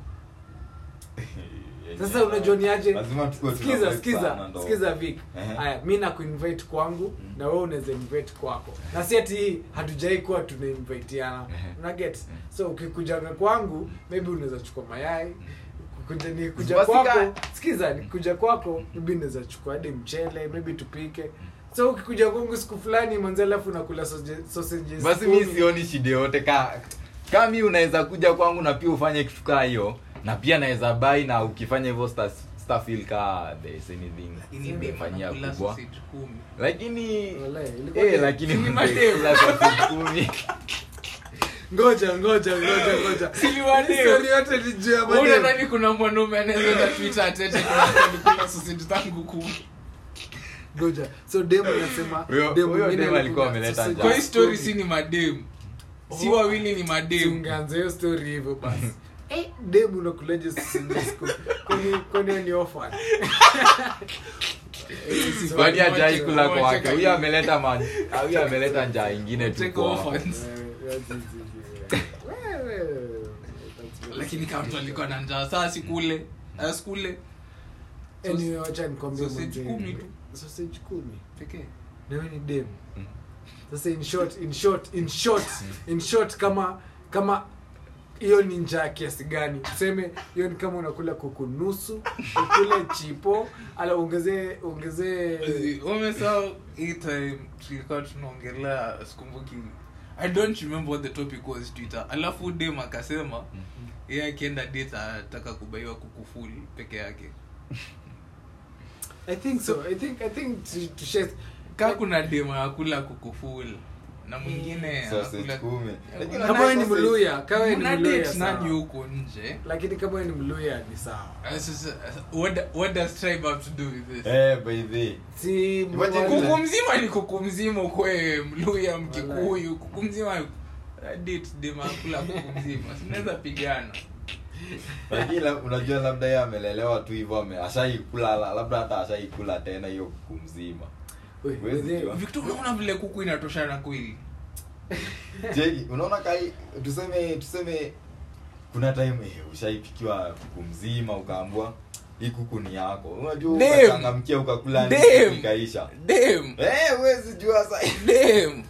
S2: Yenyewe.
S1: sasa unajua ni aje
S2: Lazima tukuwe tuna
S1: sikiza
S2: vibe sana
S1: sikiza
S2: ndo-
S1: sikiza vik
S2: Ehe.
S1: haya mi nakuinvite kwangu
S2: Mm.
S1: na wewe unaweza invite kwako na si ati hii hatujai kuwa tunainvitiana
S2: Ehe.
S1: unaget
S2: Mm.
S1: so ukikujanga kwangu maybe unaweza chukua mayai kuja ni kuja
S2: Basi Mm. ka-
S1: kwako sikiza ni kuja kwako maybe naweza chukua hadi mchele maybe tupike
S2: Mm.
S1: so ukikuja kwangu siku fulani manze alafu nakula sausage- sausages
S2: basi mi
S1: kumi.
S2: sioni shida yote ka kami unaweza kuja kwangu na pia ufanye kitu kaa hiyo na pia naweza bai na ukifanya hivyo sta- stafil ka there's anything
S3: Lakini dem
S2: umefanyia
S3: anakula
S2: kubwa
S3: sausage kumi.
S2: lakini
S1: Walai, ilikuwa
S2: eh
S1: ni-
S2: lakini
S3: ni
S2: mtu
S3: madem.
S2: akikula sausage kumi.
S1: ngoja ngoja ngoja ngoja
S3: Siliwadeo.
S1: Hii story yote ni juu ya madem.
S3: unadhani kuna mwanaume anaezeza twitter atete kula sausage tangu kumi
S1: ngoja so dem anasema
S2: Huyo-
S1: dem
S2: huyo
S1: mwingine
S2: dem alikuwa
S1: anakula
S2: ameleta
S1: sausage
S3: kwa hii
S2: Yeah.
S3: story Oh. si ni mademu si wawili ni mademu
S1: Tungeanza hiyo story hivyo basi Eh, dem unakulaje sausages kumi? Kwani- kwani wewe ni Eh, orphan?
S2: kwani
S3: Moja-
S2: hajai kula
S3: moja
S2: kwake
S3: kabisa.
S2: huyo ameleta ma- huyo ameleta njaa ingine tu
S3: Take
S2: kwao.
S1: Eh,
S3: orphans. lakini kama mtu alikuwa na njaa saa sikule Ah, sikule
S1: Anyway, wacha nikwambie
S3: Sausage
S1: mwanzo
S3: kumi
S1: hivi.
S3: tu.
S1: Sausage kumi.
S3: pekee
S1: Na wewe ni dem.
S2: Mm.
S1: Sasa in short, in short, in short, in short kama kama hiyo ni njaa kiasi gani tuseme hiyo ni kama unakula kuku nusu ukule chipo ala ongezee ongezee
S3: umesahau Eh, hii time tulikuwa tunaongelea sikumbuki i don't remember what the topic was twitter alafu dem akasema yeye akienda date ataka kubaiwa kukufuli peke yake
S1: i think so i think i think tu- tushe-
S3: kaa kuna dem akula kukufuli na mwingine
S1: Hmm.
S2: Sausage
S3: anakula-
S2: kumi. Lakini
S1: kama wewe ni mluya kama wewe ni
S3: Mna
S1: mluya
S3: date
S1: sawa.
S3: nani huko nje
S1: lakini kama wewe ni mluya ni sawa
S3: Ah, sasa, ah, what- what does tribe have to do with this?
S2: Eh, by the-
S1: si
S2: Imagine
S3: kuku
S1: mwali-
S3: mzima ni kuku mzima kwe mluya mkikuyu kuku mzima eh, dtdemakula kuku mzima sinaweza pigana
S2: lakini la- unajua labda yeye amelelewa tu hivyo ame- ashaikula la- labda hata ashaikula tena hiyo kuku mzima
S1: we-
S2: Huwezi
S1: we-
S2: jua.
S3: victor unaona vile kuku inatoshana kweli
S2: Jegi, unaona kai tuseme tuseme kuna time eh, ushaipikiwa kuku mzima ukaambua hii kuku ni yako unajua
S3: Damn.
S2: ukachangamkia ukakula hadi
S3: Damn.
S2: kuku ikaisha
S3: dem
S2: eh huwezi jua sasa
S3: dem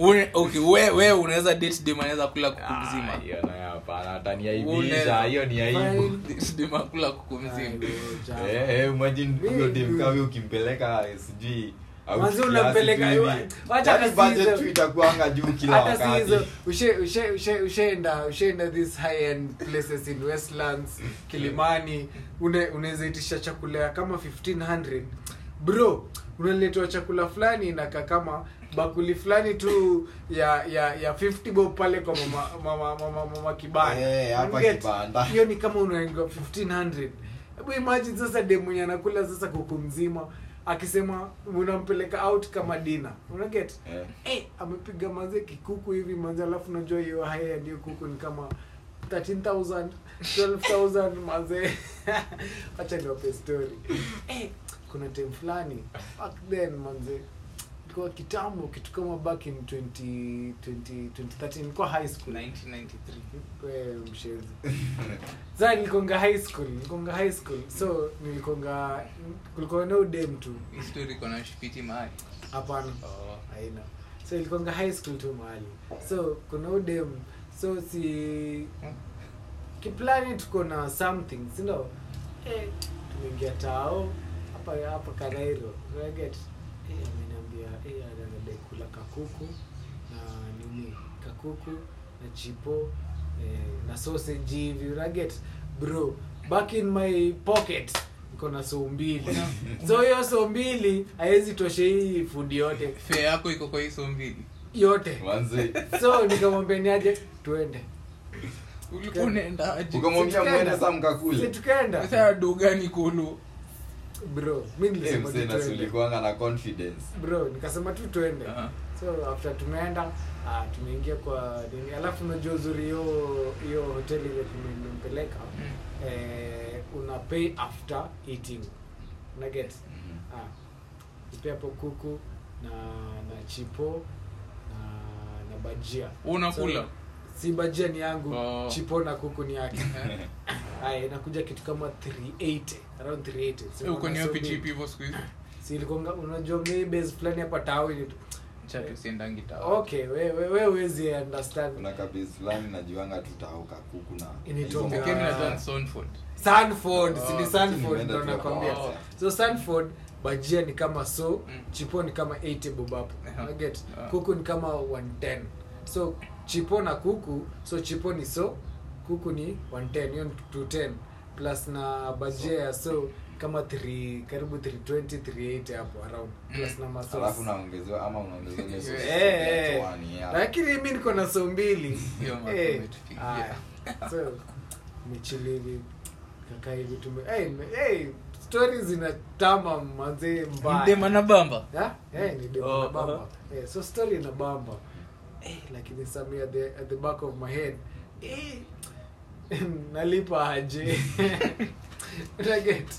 S3: Une- okay, we, we unaweza date dem anaweza kula kuku
S2: Ah,
S3: mzima
S2: hiyo nayo hapana ataniaibisha
S3: Unaweza.
S2: hiyo ni aibu
S1: Fine.
S3: Date dem akula kuku mzima
S1: Ayo,
S2: eh eh imagine
S1: Mimi-
S2: huyo dem kawe ukimpeleka sijui au
S1: Manzi
S2: kiasi
S1: unampeleka-
S2: gani.
S1: wacha
S2: Yaani
S1: kazi
S2: budget
S1: hizo.
S2: tu itakuanga juu kila
S1: hata si
S2: wakati
S1: hizo ushe- ushe- ushe- usheenda usheenda these high end places in westlands kilimani une- unaweza itisha chakula ya kama 1500 bro unaletwa chakula fulani inakaa kama bakuli fulani tu ya ya ya 50 bob pale kwa mama mama mama, mama
S2: Eh,
S1: kibanda
S2: hapa
S1: Unget?
S2: kibanda.
S1: hiyo ni kama unaingia 1500 hebu imagine sasa demunye anakula sasa kuku mzima akisema unampeleka out kama dina unaget
S2: Eh.
S1: eh, amepiga manze kikuku hivi manze alafu najua hiyo haya ndiyo kuku ni kama 13000 12000 manze acha niwape story eh, kuna time fulani back then manze ilikuwa kitambo kitu kama back in 20, 20, 2013 nilikuwa high school
S3: 1993
S1: Eh, mshenzi za nilikonga high school nilikonga high school so nilikonga kulikuwa no dem tu
S3: Hii story iko na mshipiti mahali
S1: hapana aina so ilikonga high school tu mahali so kuna udem so si kiplani tuko na something sindo eh, tumeingia tao hapa hapa karairo get eh, ameniambia eh, anadai kula kakuku na nini kakuku na chipo eh, na sausage hivi unaget bro back in my pocket niko na soo mbili so hiyo soo mbili haiwezi toshe hii fudi yote
S3: fea yako iko kwa hizo mbili
S1: yote
S2: Manzi.
S1: so nikamwambia niaje tuende
S3: ulikuwa unaenda aje
S2: Ukamwambia
S1: Tukaenda.
S2: muende saa mkakule.
S1: Si tukaenda
S3: sasa dogani kulu
S1: bro mi
S2: Eh,
S1: nilisema
S2: mzee
S1: tu
S2: na
S1: tuende
S2: sulikuanga na confidence
S1: bro nikasema tu tuende
S3: Aha.
S1: so after tumeenda ah, tumeingia kwa nini alafu unajua uzuri hiyo hiyo hoteli ile tumempeleka
S2: Mm.
S1: eh, una pay after eating una get
S2: Mhm.
S1: ah, upe hapo kuku na na chipo na na bajia
S3: Unakula?
S1: so, si bajia ni yangu
S3: Oh.
S1: chipo na kuku ni yake haya inakuja kitu kama 380 around 380 So,
S3: Eh, uko niyo
S1: unasubiri
S3: pichipi hivyo siku hizi
S1: si ilikuwa unajua mi base fulani hapa tawi
S3: chatu siendangi tawa
S1: okay we- we- we huwezi understand
S2: kuna kabis fulani najuanga tutauka kuku na
S1: Initonga.
S2: hizo
S3: pekee mi najua
S1: Ah.
S3: ni Sonford.
S1: sanford
S3: Oh,
S1: si ni
S3: lakini
S1: sanford
S2: imeenda
S1: ndo
S2: tu
S1: nakwambia
S3: hapo.
S1: so sanford bajia ni kama so
S3: Mm.
S1: chipo ni kama 80 bobapo
S3: Aha.
S1: naget
S3: Ah.
S1: kuku ni kama 110 so chipo na kuku so chipo ni so kuku ni 110 hiyo ni 210 plus na bajia ya so kama 3 karibu 320 380 hapo around
S3: Mm.
S1: plus na maso
S2: alafu naongezewa ama unaongezewa ile sauce
S3: Eh,
S1: eh,
S2: ya toani, yeah.
S1: lakini mi niko na so mbili
S3: Hiyo
S1: Eh,
S3: mato umetupigia.
S1: haya. So, michili hivi kaka hivi Eh, tume hey, me- hey, stori zinatama mazee mbaya
S3: Mdema na bamba
S1: Ha? Eh, ni dema
S3: Oh,
S1: na bamba
S3: uh-huh.
S1: Eh, so story ina bamba eh, lakini sami at the, at the back of my head eh, nalipa aje Unaget?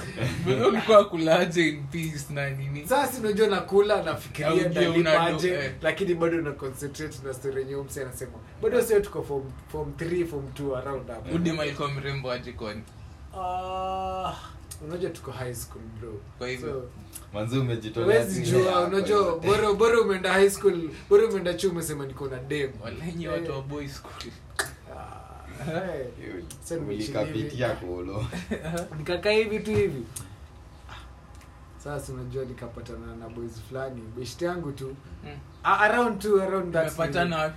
S3: Wewe ulikuwa kulaje in peace na nini
S1: sasa unajua nakula nafikiria
S3: Naongea,
S1: nalipaje
S3: unado- eh.
S1: lakini bado na concentrate na story yenyewe msi anasema bado sio tuko form form 3 form 2 around hapo
S3: udema alikuwa mrembo aje kwani
S1: Ah, unajua tuko high school bro
S3: Kwa hivyo?
S2: manzi umejitolea
S1: Huwezi
S2: tu ile
S1: jua
S2: yako
S1: unajua
S2: yote.
S1: bora bora umeenda high school bora umeenda chuo umesema niko na dem
S3: walenye
S1: Eh,
S3: watu wa boy school
S1: ah, eh.
S2: Yui,
S1: Sasa ni
S2: ulikapitia kolo
S1: nikakaa hivi tu hivi sasa unajua nikapatana na boys fulani beshti yangu tu
S3: Mm.
S1: A- around two around that
S3: Umepatana wapi?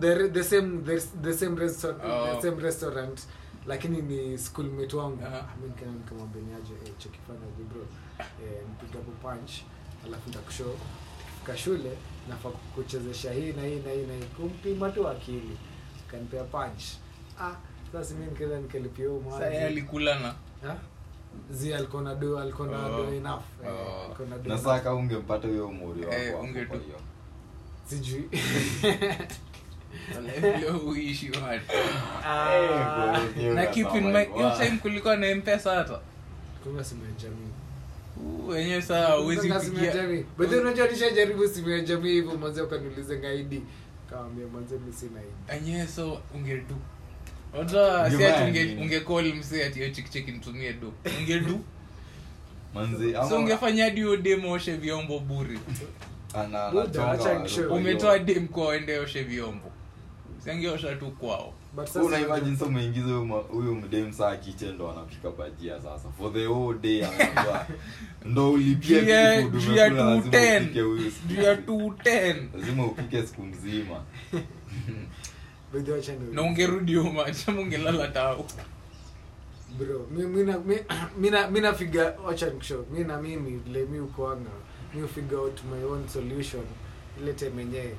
S1: the, the same the, the same restaurant
S3: Oh.
S1: the same restaurant lakini ni schoolmate wangu
S3: Aha.
S1: Mimi nikaa nikamwambia niaje eh, chokifanya hivi bro eh, nipiga hapo punch alafu nitakushow tukifika shule nafaa kuchezesha hii na hii na hii na hii kumpima tu akili kanipea punch ah sasa mimi nikaenda nikalipia huyo
S3: Sasa yeye
S1: mwanzo.
S3: alikula na
S1: Ha? zi alikuwa na do alikuwa na
S3: Oh.
S1: do enough eh,
S3: Oh.
S1: alikuwa na do
S2: na
S1: enough.
S2: saka ungempata huyo umuri wako
S3: Eh,
S2: hapo
S3: ungetu-
S2: kwa hiyo.
S1: sijui
S3: Leo uishi wapi?
S1: Ah,
S2: Eh, kwa hiyo
S3: na keep in
S2: unasema
S3: mind hiyo
S2: hivyo.
S3: time kulikuwa na mpesa hata
S1: kumbe simu ya jamii
S3: Huu wenyewe saa uwezi
S1: Nataka simu ya jamii. But then
S3: pigia
S1: unajua nishajaribu simu ya jamii hivyo mwanzo ukaniulize ngaidi kawambia mwanzo mi sina ID.
S3: wenyewe so ungedu Oda, si ati unge-
S2: Jamani.
S3: ungecall msee ati yo chikichiki nitumie do ungedu
S2: manzi
S3: so
S2: ama
S3: ungefanya hadi huyo dem oshe vyombo buri
S2: ana-
S1: Buda,
S2: anachonga
S1: acha
S2: waru-
S1: nishow.
S3: umetoa dem kwa waende oshe vyombo sangeosha tu kwao
S1: But sasa-
S2: unaimajini sa umeingiza huyo ma- huyo mdem saa kiche ndo anapika bajia sasa for the whole day anaambiwa, ndo ulipie
S3: Juu ya-
S2: food
S3: juu ya
S2: umekula, lazima
S3: 210.
S2: upike huyu
S3: juu ya
S2: siku.
S3: 210
S2: lazima upike siku mzima
S1: By the way, acha niulize.
S3: na ungerudi uma chama ungelala tao
S1: Bro, mi- mi na- mi- mi na- mi nafiga wacha nikushow. mi na mimi vile mi ukuanga mi ufigure out my own solution ile time yenyewe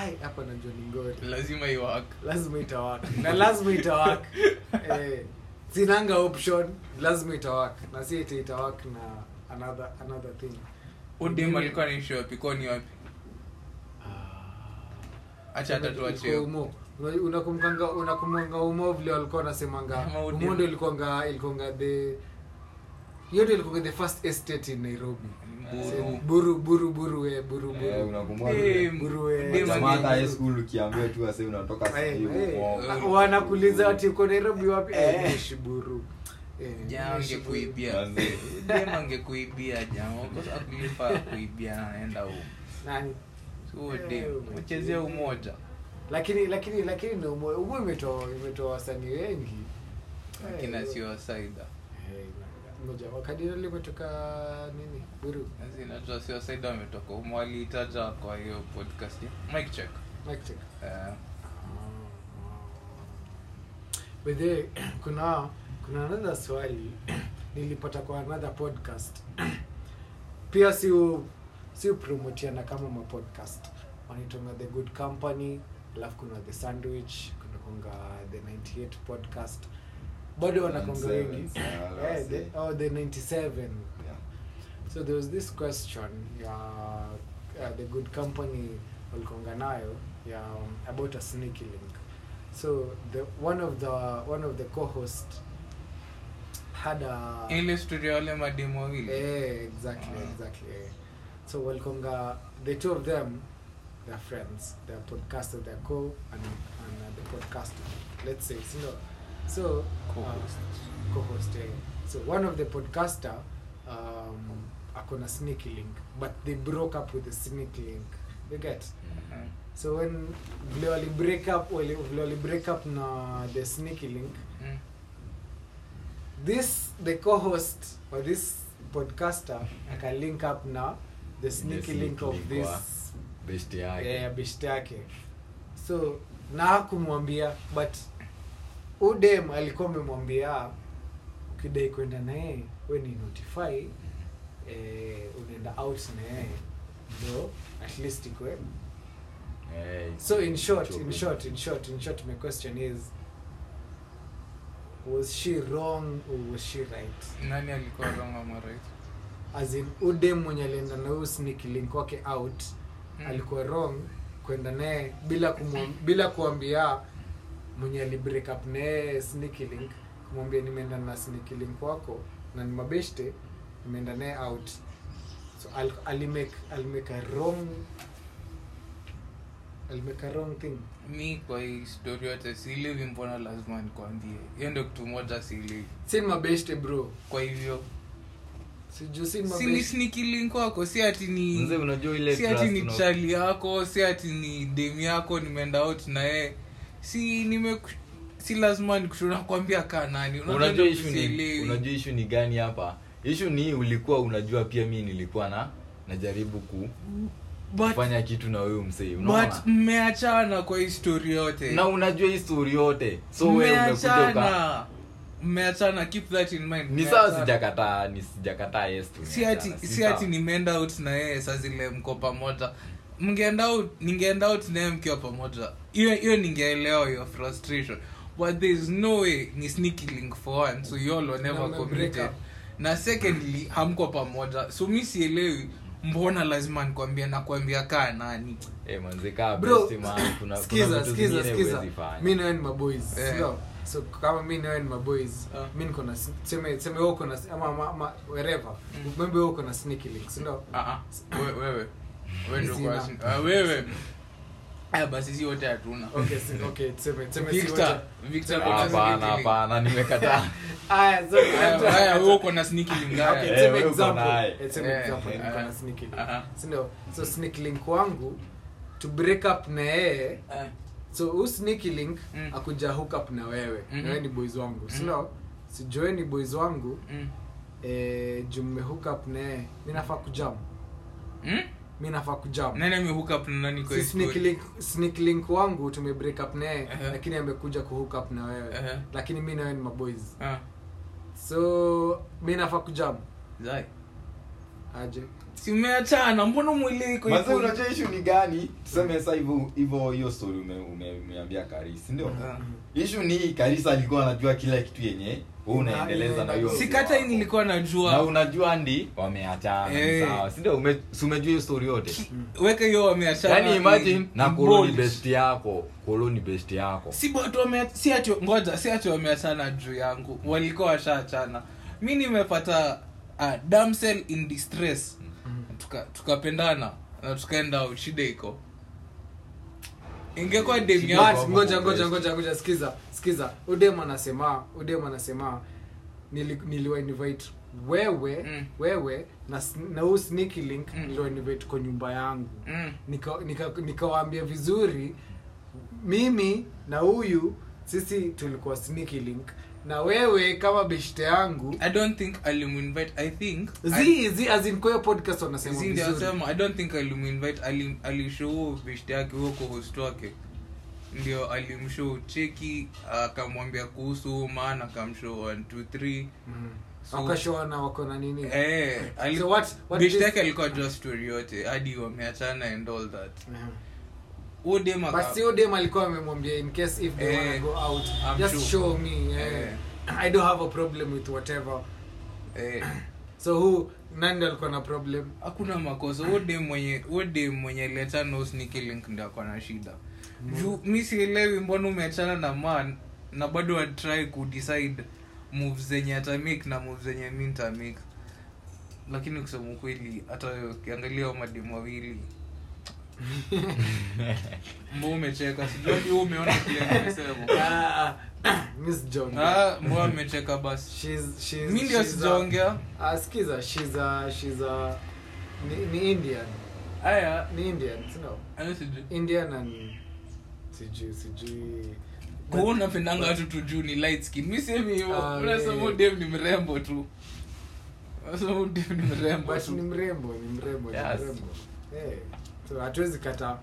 S1: ai hapa najua ni ngori
S3: lazima iwak
S1: lazima itawaka na lazima itawaka eh, sinanga option lazima itawaka na si eti itawaka na another another thing
S3: udem alikuwa naishi wapi koni wapi
S1: Ah.
S3: acha hata tuachie
S1: Ilikuwa umo Una- unakumkanga unakumwanga umo vile walikuwa wanasemanga
S3: Ama Odinga.
S1: umo ndo ilikuanga ilikuanga the hiyo ndo ilikuanga the first estate in nairobi
S3: Buru.
S1: buru buru buru we buru
S2: Eh,
S1: buru
S2: unakumbuka
S3: Eh,
S2: vile-
S1: buru we
S3: Dem
S2: Jamaa hata
S3: angeingia.
S2: high school ukiambiwa tu ase unatoka
S1: Eh,
S2: sijui
S1: eh,
S2: uongo.
S1: wanakuuliza ati uko nairobi wapi
S2: Eh.
S1: Eh, naishi buru Eh,
S3: Jamaa
S1: naishi Buru.
S3: angekuibia
S2: Manzi.
S3: dem angekuibia jamaa ukosa kulipa kuibia naenda huko
S1: Nani?
S3: huo
S1: Eh,
S3: dem
S1: umeibia.
S3: uchezee umoja
S1: lakini lakini lakini ndo umo umo imetoa imetoa wasanii wengi
S3: lakini
S1: Eh,
S3: sio saida
S1: Eh, ngoja wakati hilo limetoka nini buru
S3: Sasa inatoa sio saida ametoka humo aliitaja kwa hiyo podcast ya mic check
S1: Mic check.
S3: Eh,
S1: By the way, kuna kuna another swali nilipata kwa another podcast pia si u- si upromotiana kama mapodcast wanitonga the good company alafu kuna the sandwich kuna konga the 98 podcast bado wanakonga
S2: 97,
S1: wengi
S2: sawa,
S1: Eh,
S2: see.
S1: the- oh, the 97
S2: Yeah.
S1: so there was this question ya uh, the good company walikonga nayo ya um, about a sneaky link so the one of the one of the co-host had a
S3: ile story ya wale mademu wawili
S1: Eh, exactly
S3: Ah.
S1: exactly eh. so walikonga the two of them they're friends they're podcaster they're co and, and uh, the podcaster let's say so, so
S3: Co-host.
S1: uh, co-host eh. so one of the podcaster um, akona sneak link but they broke up with the sneak link you get
S3: Eh,
S2: Mm.
S1: so when vile wali break up wali, vile wali break up na the sneaky link
S3: Mm.
S1: this the co-host or this podcaster aka link up na the sneaky
S2: sneaky
S1: link of
S2: link
S1: this
S2: wa- besti yake
S1: yeah, beshte yake so na hakumwambia but udem alikuwa amemwambia ukidai kwenda na yeye we ni notify eh, unaenda out na yeye ndo at least ikwe
S2: Eh,
S1: So in short, in
S2: choko.
S1: short, in short, in short, my question is: Was she wrong or was she right?
S3: nani alikuwa wrong ama right
S1: As in ude mwenye alienda na huyu sneaky link wake out
S3: Mm.
S1: alikuwa wrong kwenda naye bila kumwam, bila kuambia mwenye alibreak up naye sneaky link kumwambia nimeenda na sneaky link wako na ni mabeshte nimeenda naye out so al, alimake alimake a wrong alimake a wrong thing
S3: mi kwa hii story yote siilivi mbona lazima nikwambie hiyo ndio kitu moja siilivi
S1: si ni mabeshte bro
S3: kwa hivyo
S1: sijuu si ni
S3: si ni
S1: mabeshte
S3: sneaky link wako si ati
S2: Mzee,
S3: ni
S2: unajua ile
S3: si ati
S2: trust
S3: ni
S2: una-
S3: chali yako si ati ni dem yako nimeenda out na yeye si nime si lazima nikushona kwambia kaa nani
S2: unajua issue ni
S3: kusielewi.
S2: unajua issue ni gani hapa issue ni ulikuwa unajua pia mi nilikuwa na najaribu ku,
S3: But-
S2: kufanya kitu na huyu msee unaona
S3: but mmeachana kwa hii story yote
S2: na unajua hii story yote so we umekuja uka
S3: Mmeachana. mmeachana keep that in mind
S2: ni sawa
S3: Mmeachana.
S2: sijakataa ni sijakataa yes tu
S3: si ati
S2: nimeachana,
S3: si
S2: sawa.
S3: ati nimeenda out na yeye saa zile mko pamoja mngeenda out ningeenda out na yeye mkiwa pamoja hiyo hiyo ningeelewa your frustration but there is no way ni sneaky link for one so you all were
S1: Na
S3: never
S1: mme break
S3: committed
S1: up.
S3: na secondly hamko pamoja so mi sielewi mbona lazima nikwambia nakwambia kaa nani
S2: eh manze kaa
S1: bro
S2: best man kuna kuna
S1: skiza
S2: vitu
S1: skiza
S2: zingine
S1: skiza
S2: huwezi fanya.
S1: mi nawe ni maboys
S3: Eh.
S1: sio? so kama mi nawe ni maboys
S3: Ah.
S1: mi niko na sn- tuseme tuseme wewe uko na s- ama ama- ama wherever
S3: Mm.
S1: maybe wewe uko na sneaky links ndio
S3: Ah, ah, we- wewe Wewe ndio
S1: Sina.
S3: kwa- ah, wewe Aya, Ah, basi hizi wote hatuna
S1: okay si, okay tuseme tuseme si
S3: Victor,
S1: wote.
S3: Victor,
S2: Ah,
S3: kuna
S2: hapana
S3: sneaky link.
S2: hapana nimekataa
S1: Aya, so-
S3: Aya, aya, wewe uko na sneaky link, aya.
S1: Okay,
S2: Eh,
S1: tuseme
S2: wewe uko
S1: example.
S2: naye.
S1: Eh, tuseme
S3: Eh,
S1: example, niko
S3: eh,
S1: na sneaky link.
S3: aha.
S1: Si ndio? so sneaky link wangu to break up na yeye
S3: Ah.
S1: so huyu sneaky link
S3: Mm.
S1: akuja hook up na wewe
S3: Mhm.
S1: wewe ni boys wangu
S3: Mhm.
S1: sio sijoe ni boys wangu
S3: Mm.
S1: eh, juu mme hook up naye mi nafaa kujam
S3: Mm?
S1: mi nafaa kujam
S3: nani amehook up na nani kwa
S1: Si
S3: hii story?
S1: sneak link, sneak link wangu tume break up naye
S3: Ehe.
S1: lakini amekuja kuhook up na wewe
S3: Ehe.
S1: lakini mi nawe ni maboys
S3: Ah,
S1: so mi nafaa kujam
S3: zai.
S1: aje
S3: si umeachana mbona mwelei kwa hii
S2: Manze,
S3: story?
S2: unajua issue ni gani tuseme sasa hivyo hivyo hiyo story ume- ume- umeambia karis ndio
S3: Ah.
S2: issue ni karis alikuwa anajua kila kitu yenye wewe unaendeleza na hiyo
S1: Si
S2: mzee
S3: sikata hii
S2: wako.
S3: nilikuwa
S2: na
S3: najua
S2: unajua ndi wameachana ni
S3: Eh.
S2: sawa si ndio ume, si umejua hiyo story yote
S3: weka hiyo wameachana
S2: yani Yaani, imagine
S3: in-
S2: na
S3: in
S2: koloni
S3: bold.
S2: best yako koloni best yako
S3: si but wame- si ati ngoja si ati wameachana juu yangu walikuwa washaachana mi nimepata ah, damsel in distress Tuka- tukapendana na tukaenda out, shida iko ingekuwa demu
S2: Shida
S3: yangu-
S2: iko.
S1: but ngoja ngoja ngoja ngoja skiza skiza udem anasema udem anasema nili, niliwa invite wewe
S3: Mm.
S1: wewe na s- na huu sneaky link
S3: Mm.
S1: niliwa invite kwa nyumba yangu
S3: Mm.
S1: nikawaambia nika, nikawaambia vizuri mimi na huyu sisi tulikuwa sneaky link na wewe kama beshte yangu
S3: i don't think alimuinvite i think
S1: zi zi azin kwa hiyo podcast wanasema
S3: Zindi
S1: vizuri
S3: asema i don't think alimuinvite ali- alishow best yake huo co-host wake ndio alimshow cheki akamwambia kuhusu huyu man akamshow 1 2 3
S1: mm.
S3: So-
S1: wakashoana wako na nini
S3: eh ali-
S1: So what- what
S3: best
S1: this-
S3: yake alikuwa jua story yote hadi wameachana and all that
S1: Mhm.
S3: huo dem aka-
S1: but sio dem alikuwa amemwambia in case if they
S3: Eh,
S1: wanna go out
S3: I'm
S1: just
S3: sure.
S1: show me eh.
S3: Eh.
S1: i don't have a problem with whatever
S3: eh,
S1: so who nani ndo alikuwa na problem
S3: hakuna makosa huo dem mwenye huo dem mwenye leta no sneaky link ndio ako na shida juu mi sielewi mbona umeachana na man na bado watry kudecide move zenye atamik na move zenye mi ntamik lakini kusema ukweli hata ukiangalia hao mademu wawili mbo umecheka sijui hadi wewe umeona kile nimesema
S1: Ah, ah, miss John.
S3: Eh. Ah, mwa mmecheka basi
S1: she's she's
S3: mi ndio
S1: she's a-
S3: sijaongea
S1: Ah, skiza she's a she's a ni, ni Indian.
S3: aya
S1: Ni Indian, si no.
S3: ano sijui
S1: Indian and sijui sijui
S3: kuona pendanga watu tu juu ni light skin mi semi hivo
S1: Ah,
S3: unasema
S1: yeah.
S3: udem ni mrembo tu unasema udem ni mrembo
S1: but ni
S3: tu
S1: mrembo ni mrembo ni
S2: Yes.
S1: mrembo Eh, so hatuwezi kata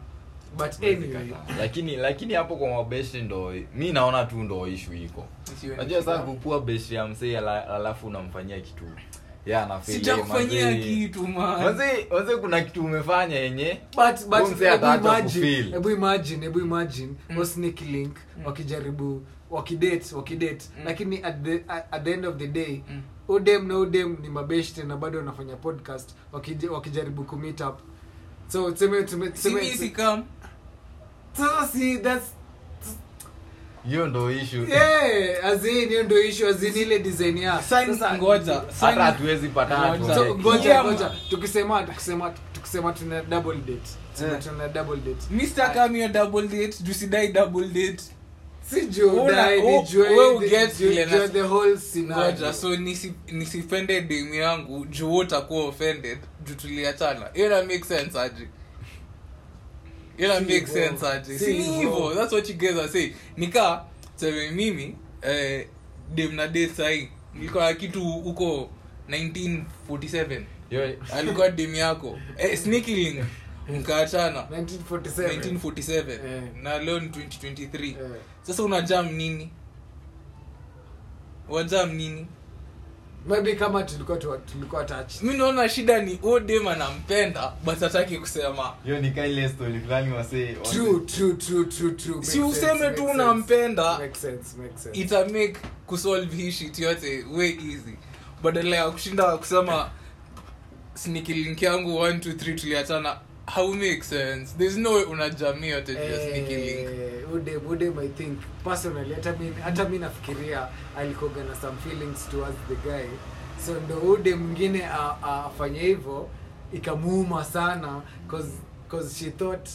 S1: but
S2: Huwezi
S1: anyway
S2: kataa. lakini lakini hapo kwa mabeshi ndo mi naona tu ndo ishu iko
S3: Isiwe ni
S2: najua saa
S3: shida.
S2: kukua beshi ya msee ala- alafu unamfanyia kitu ya anafeli,
S3: sijakufanyia
S2: manze.
S3: kitu man
S2: Manze- manze kuna kitu umefanya yenye
S1: but but
S2: Huyu mzee
S1: hebu
S2: ataacha
S1: imagine
S2: kufeel.
S1: hebu imagine hebu imagine
S3: Mm.
S1: mm. sneak link
S3: Mm.
S1: wakijaribu wakidate wakidate
S3: Mm.
S1: lakini at the, at the end of the day
S3: Mm.
S1: odem na odem ni mabeshi tena bado wanafanya podcast wakij- wakijaribu kumeet up so tuseme tuseme tuseme-
S3: sisikam
S1: sasa si that's
S2: hiyo ndo ishu
S3: Eh,
S1: yeah as in hiyo ndio issue as in ile design ya Sasa-
S3: ngoja
S2: hata
S3: Sign-
S2: hatuwezi patana
S3: Ngoja.
S1: so
S2: tuweke.
S1: ngoja
S3: Yeah,
S1: ngoja
S3: man.
S1: tukisema tukisema tukisema tuna double date tuna
S3: Eh.
S1: tuna double date
S3: Mr. Come here double date, jusidai double date.
S1: si
S3: Una-
S1: Jordan
S3: we-
S1: ni
S3: we
S1: Joel the-
S3: get
S1: Joel-
S3: ile na-
S1: Joel the whole
S3: Ngoja,
S1: scenario
S3: so nisi- nisipende demu yangu juu wewe utakuwa offended juu tuliachana. Ina make sense aje? Ina
S1: Si
S3: make
S1: bro.
S3: sense aje?
S1: Si
S3: Si ni
S1: bro.
S3: hivyo, that's what you guys are saying. Nika tuseme mimi eh, dem na date sahi nilikuwa na kitu huko 1947
S2: Hiyo-
S3: alikuwa dem yako eh, sneaky link mkaachana
S1: 1947
S3: 1947
S1: Eh.
S3: na leo ni 2023
S1: Eh.
S3: sasa unajam nini wajam nini
S1: maybe kama tulikuwa tu- tulikuwa touch
S3: mi naona shida ni odem anampenda but hataki kusema
S2: hiyo ni kaa ile story fulani wase wase-
S1: true true true true true Makes
S3: Si
S1: sense,
S3: useme
S1: makes
S3: tu
S1: sense.
S3: unampenda.
S1: Makes sense makes sense
S3: ita make kusolve hii shit yote way easy badala ya kushinda kusema snikilink yangu 123 tuliachana how make sense there's no way unajam hiyo yote juu ya snikilink
S1: Eh, udem udem i think personally hata mi hata mi nafikiria alikoga na some feelings towards the guy so ndo udem mwingine a- a- afanye hivyo ikamuuma sana cause, cause she thought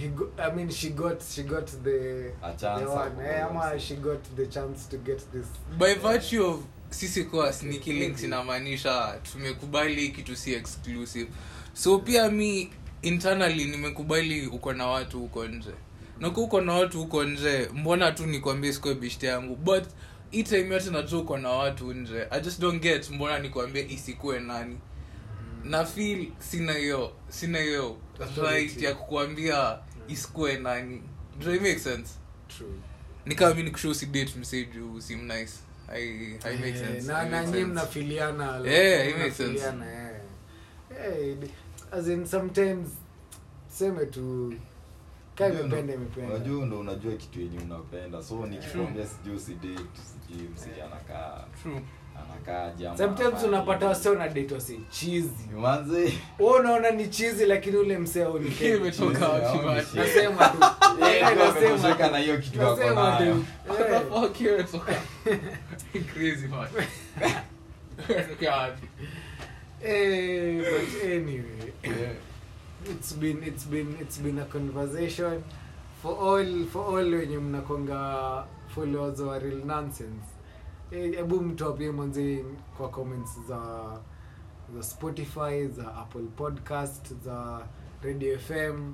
S1: he go, i mean she got she got the
S2: A chance
S1: the one, eh, ama she got the chance to get this
S3: by virtue of sisi kuwa sneaky links inamaanisha tumekubali kitu si exclusive so pia mi internally nimekubali uko na watu huko nje na kwa uko na watu huko nje mbona tu nikwambie sikuwe bishte yangu but hii time yote najua uko na watu nje i just don't get mbona nikwambie isikuwe nani
S1: Mm,
S3: na feel sina hiyo sina hiyo right
S1: Authority.
S3: ya kukuambia isikuwe nani Does it make sense
S1: true
S3: nikawa mi nikushow si date msee juu sim nice I, I make
S1: Eh,
S3: sense.
S1: na
S3: I
S1: na
S3: make
S1: nyie
S3: sense.
S1: mnafiliana like,
S3: Yeah, it makes sense.
S1: mnafiliana, eh. Eh, it- as in sometimes seme tu ka
S2: Ndio
S1: imependa
S2: ndo-
S1: imependa
S2: unajua ndo unajua kitu yenye unapenda so nikikwambia sijui usidate sijui msii anakaa
S3: True.
S2: anakaa jamaa
S1: sometimes
S2: afanye
S1: unapata
S2: hivi.
S1: wase unadate wase chizi
S2: manze
S1: wewe unaona ni chizi lakini ule msee huni
S3: Hii imetoka wapi,
S2: Yeah,
S3: man?
S2: shit.
S1: nasema tu
S2: Yeye
S1: Eh,
S2: ndio
S1: nasema
S2: ametosheka
S1: tu.
S2: na hiyo kitu ako
S1: Nasema
S2: nayo.
S1: tu.
S3: What the
S1: Eh.
S3: fuck, hiyo imetoka? Crazy, man. Imetoka wapi?
S1: Eh, but anyway
S2: Yeah.
S1: it's been it's been it's been a conversation for all for all wenye mnakonga followers wa real nonsense Eh, hebu mtu apie mwanzi kwa comments za za spotify za apple podcast za radio fm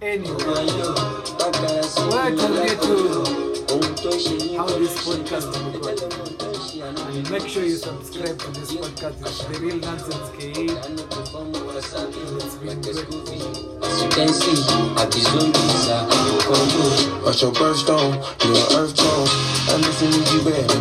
S1: anyway wewe tuambie tu how this podcast imekuwa and make sure you subscribe to this podcast it's the real nonsense E. ke it's been great
S4: As you can see, I be zombies, I am control. Watch your birthstone, you're an earth tone. Everything you wear,